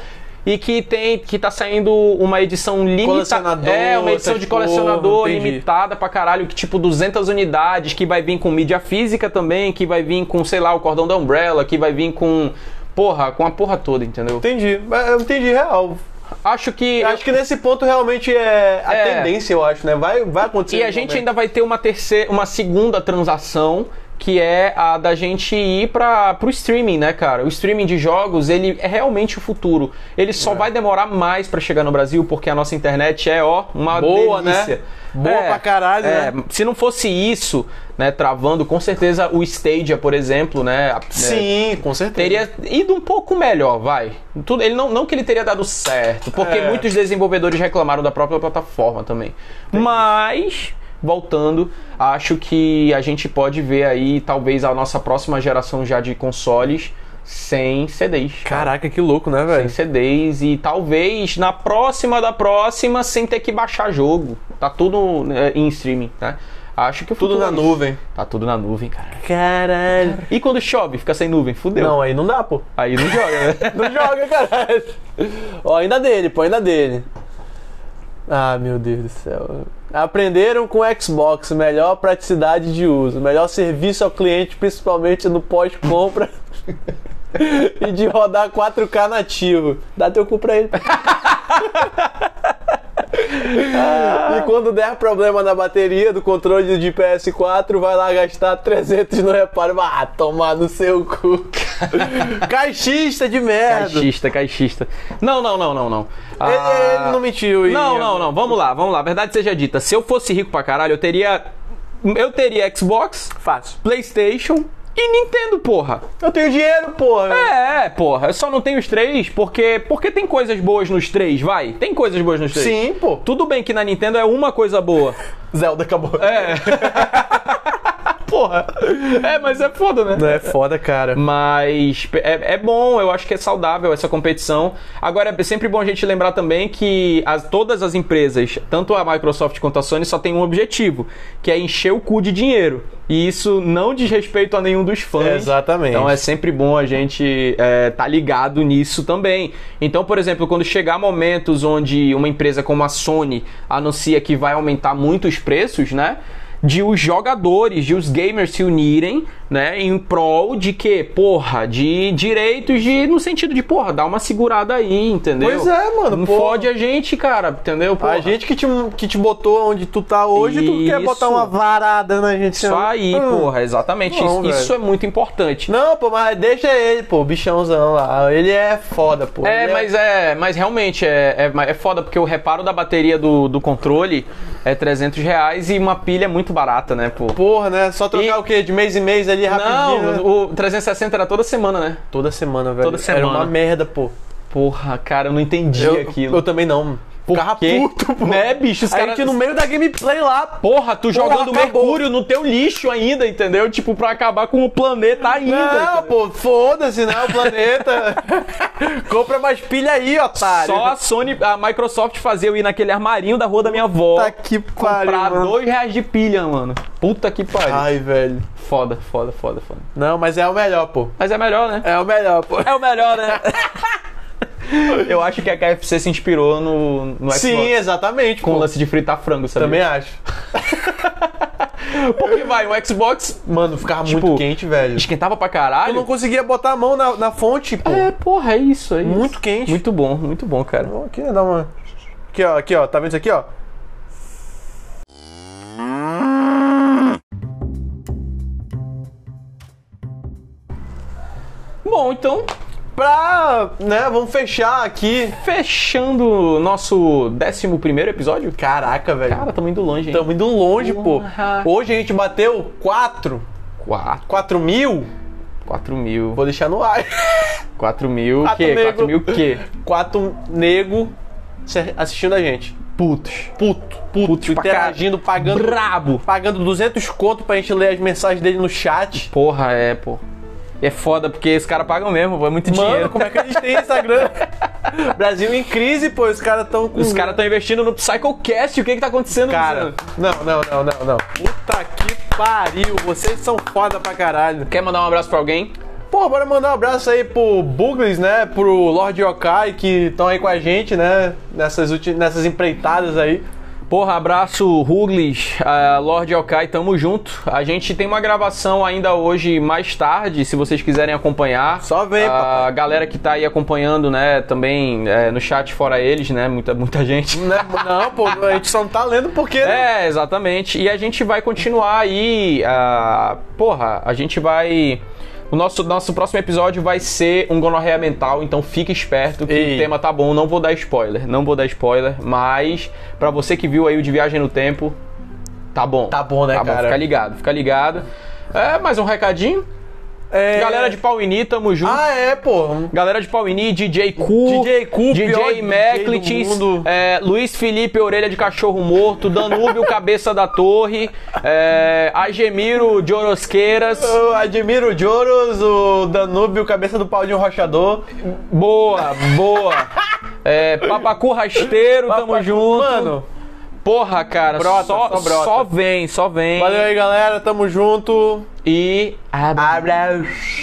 A: E que tem que tá saindo uma edição limitada.
B: Colecionador,
A: É, uma edição de
B: essas porra,
A: colecionador
B: entendi.
A: limitada limitada pra caralho, que tipo 200 unidades, que vai vir com mídia física também, que vai vir com, sei lá, o cordão da Umbrella, que vai vir com. Porra, com a porra toda, entendeu?
B: Entendi, é, eu entendi real.
A: acho que.
B: Acho que nesse ponto realmente é a
A: É.
B: tendência, eu acho, né? Vai, vai acontecer. né?
A: E a
B: em
A: gente
B: algum
A: ainda vai ter uma terceira, uma segunda transação que é a da gente ir para pro streaming, né, cara? O streaming de jogos, ele é realmente o futuro. Ele
B: É.
A: só vai demorar mais para chegar no Brasil porque a nossa internet é, ó, uma
B: Boa,
A: delícia.
B: né? Boa pra caralho,
A: é,
B: né?
A: Se não fosse isso, né, travando, com certeza o Stadia, por exemplo, né,
B: É.
A: a-
B: Sim, com certeza.
A: teria ido um pouco melhor, vai. Tudo, ele não, não que ele teria dado certo, porque
B: É.
A: muitos desenvolvedores reclamaram da própria plataforma também. Mas, voltando, acho que a gente pode ver aí talvez a nossa próxima geração já de consoles sem CDs.
B: Caraca, que louco, né,
A: Sem
B: velho?
A: CDs e talvez na próxima da próxima sem ter que baixar jogo. Tá tudo né, em streaming, né? Acho que o
B: Tudo
A: futuro
B: na
A: é isso.
B: nuvem.
A: Tá tudo na nuvem, cara.
B: Caralho.
A: E quando chove, fica sem nuvem, fudeu.
B: Não, aí não dá, pô.
A: Aí não joga, né?
B: Não é joga, caralho. Ó, ainda dele, pô, ainda dele. Ah, meu Deus do céu. Aprenderam com o Xbox, melhor praticidade de uso, melhor serviço ao cliente, principalmente no pós-compra. e de rodar 4K nativo. Dá teu cu pra ele. Ah, e quando der problema na bateria do controle de PS4, vai lá gastar 300 no reparo. Ah, tomar no seu cu. Caixista de merda.
A: Caixista, caixista. Não, não, não, não, não.
B: Ele, é,
A: Ah,
B: ele não mentiu. e-
A: não, não, não. Vamos lá, vamos lá. Verdade seja dita. Se eu fosse rico pra caralho, eu teria. Eu teria Xbox,
B: Fácil.
A: Playstation e Nintendo, porra.
B: Eu tenho dinheiro, porra.
A: É, porra. Eu só não tenho os três porque. Porque tem coisas boas nos três, vai. Tem coisas boas nos três.
B: Sim, pô.
A: Tudo bem que na Nintendo é uma coisa boa.
B: Zelda acabou.
A: É. porra. É, mas é foda, né?
B: Não é foda, cara.
A: Mas pe- é, é bom, eu acho que é saudável essa competição. Agora, é sempre bom a gente lembrar também que as- todas as empresas, tanto a Microsoft quanto a Sony, só tem um objetivo, que é encher o cu de dinheiro. E isso não diz respeito a nenhum dos fãs.
B: Exatamente.
A: Então é sempre bom a gente é, tá ligado nisso também. Então, por exemplo, quando chegar momentos onde uma empresa como a Sony anuncia que vai aumentar muito os preços, né? De os jogadores, de os gamers se unirem, né? Em prol de que? Porra, de direitos de. No sentido de, porra, dá uma segurada aí, entendeu?
B: Pois é, mano,
A: Não
B: porra.
A: fode a gente, cara, entendeu?
B: A
A: Porra.
B: gente que te, que te botou onde tu tá hoje, tu quer
A: Isso.
B: botar uma varada na gente.
A: Isso aí,
B: Hum.
A: porra, exatamente.
B: Não,
A: isso, isso
B: velho.
A: é muito importante.
B: Não, pô, mas deixa ele, pô, o bichãozão lá. Ele é foda, pô.
A: É,
B: Ele
A: mas é, mas realmente é, é, é foda porque o reparo da bateria do, do controle é 300 reais e uma pilha é muito barata, né, pô?
B: Porra, né? Só trocar
A: E-
B: o quê? De mês em mês ali rapidinho. né?
A: Não, o 360 era toda semana, né?
B: Toda semana, velho.
A: Toda semana.
B: Era uma merda, pô.
A: Porra, cara, eu não entendi
B: Eu,
A: aquilo.
B: eu também não. Ficava
A: quê?
B: puto, pô.
A: Né, bicho? Os
B: A
A: caras-
B: gente no meio da gameplay lá, pô.
A: Porra, tu jogando
B: acabou.
A: mercúrio no teu lixo ainda, entendeu? Tipo, pra acabar com o planeta ainda.
B: Não,
A: entendeu?
B: pô, foda-se, né? O planeta. Compra mais pilha aí, otário.
A: Só a Sony, a Microsoft fazia eu ir naquele armarinho da rua da minha avó.
B: Puta Tá que pariu.
A: Comprar
B: mano.
A: dois reais de pilha, mano. Puta que pariu.
B: Ai, velho.
A: Foda, foda, foda, foda.
B: Não, mas é o melhor, pô.
A: Mas é melhor, né?
B: É o melhor, pô.
A: É o melhor, né? Eu acho que a KFC se inspirou no, no Xbox.
B: Sim, exatamente.
A: Com o
B: pô.
A: lance de fritar frango, sabe?
B: Também acho.
A: Porque vai, o Xbox
B: Mano, ficava
A: Tipo,
B: muito quente, velho.
A: esquentava pra
B: Eu
A: caralho.
B: não conseguia botar a mão na, na fonte, pô.
A: É, porra, é isso aí.
B: Muito quente.
A: Muito bom, muito bom, cara.
B: Vamos Aqui, dá uma. Aqui, ó, aqui, ó. Tá vendo isso aqui, ó?
A: Bom, então,
B: Pra. né, vamos fechar aqui.
A: fechando o nosso 11 episódio.
B: Caraca, velho.
A: Cara, tamo indo longe, hein?
B: Tamo indo longe, pô.
A: Porra.
B: Hoje a gente bateu 4.
A: 4,
B: 4 mil?
A: 4 mil.
B: Vou deixar no ar.
A: 4 mil,
B: Quatro
A: quê?
B: nego.
A: 4 mil, quê?
B: Quatro nego se- assistindo a gente.
A: Putos.
B: Puto, puto,
A: Putos pra
B: interagindo, pagando,
A: Brabo.
B: pagando 200 conto pra gente ler as mensagens dele no chat.
A: Porra, é, pô. É foda, porque os caras pagam mesmo, pô, é muito
B: Mano,
A: dinheiro.
B: como é que a gente tem Instagram? Brasil em crise, pô, os caras tão com...
A: Os caras estão investindo no PsychoCast, o que que tá acontecendo,
B: Cara,
A: Luciano?
B: não, não, não, não, não. Puta que pariu, vocês são foda pra caralho.
A: Quer mandar um abraço pra alguém?
B: Pô, bora mandar um abraço aí pro Bugles, né? Pro Lord Yokai, que estão aí com a gente, né? Nessas, ulti- nessas empreitadas aí.
A: Porra, abraço, Ruglis, ah, Lorde Okai, tamo junto. A gente tem uma gravação ainda hoje, mais tarde, se vocês quiserem acompanhar.
B: Só vem,
A: Ah,
B: papai.
A: A galera que tá aí acompanhando, né, também é, no chat, fora eles, né, muita, muita gente.
B: Né? Não, pô, a gente só não tá lendo porque.
A: É, exatamente. E a gente vai continuar aí. ah, porra, a gente vai. O nosso, nosso próximo episódio vai ser um gonorreia mental, então fique esperto que
B: Ei.
A: o tema tá bom. Não vou dar spoiler, não vou dar spoiler, mas pra você que viu aí o de viagem no tempo, tá bom.
B: Tá bom, né,
A: tá
B: cara?
A: Bom, fica ligado, fica ligado. É, mais um recadinho.
B: É.
A: Galera de Pauini, tamo junto.
B: Ah, é, pô.
A: Galera de Pauini, DJ Cu,
B: DJ Cu, pior DJ
A: DJ
B: do
A: Meclitis,
B: mundo.
A: é, Luiz Felipe Orelha de Cachorro Morto, Danúbio Cabeça da Torre, é, Agemiro de Orosqueiras.
B: Eu admiro o Joros, o Danúbio, cabeça do pau de um rochador.
A: Boa, boa. É, Papacu Rasteiro, tamo
B: Papacu,
A: junto.
B: mano.
A: Porra, cara,
B: Brota,
A: só,
B: só brota.
A: só vem, só vem.
B: Valeu aí, galera. Tamo junto.
A: E.
B: Abraço.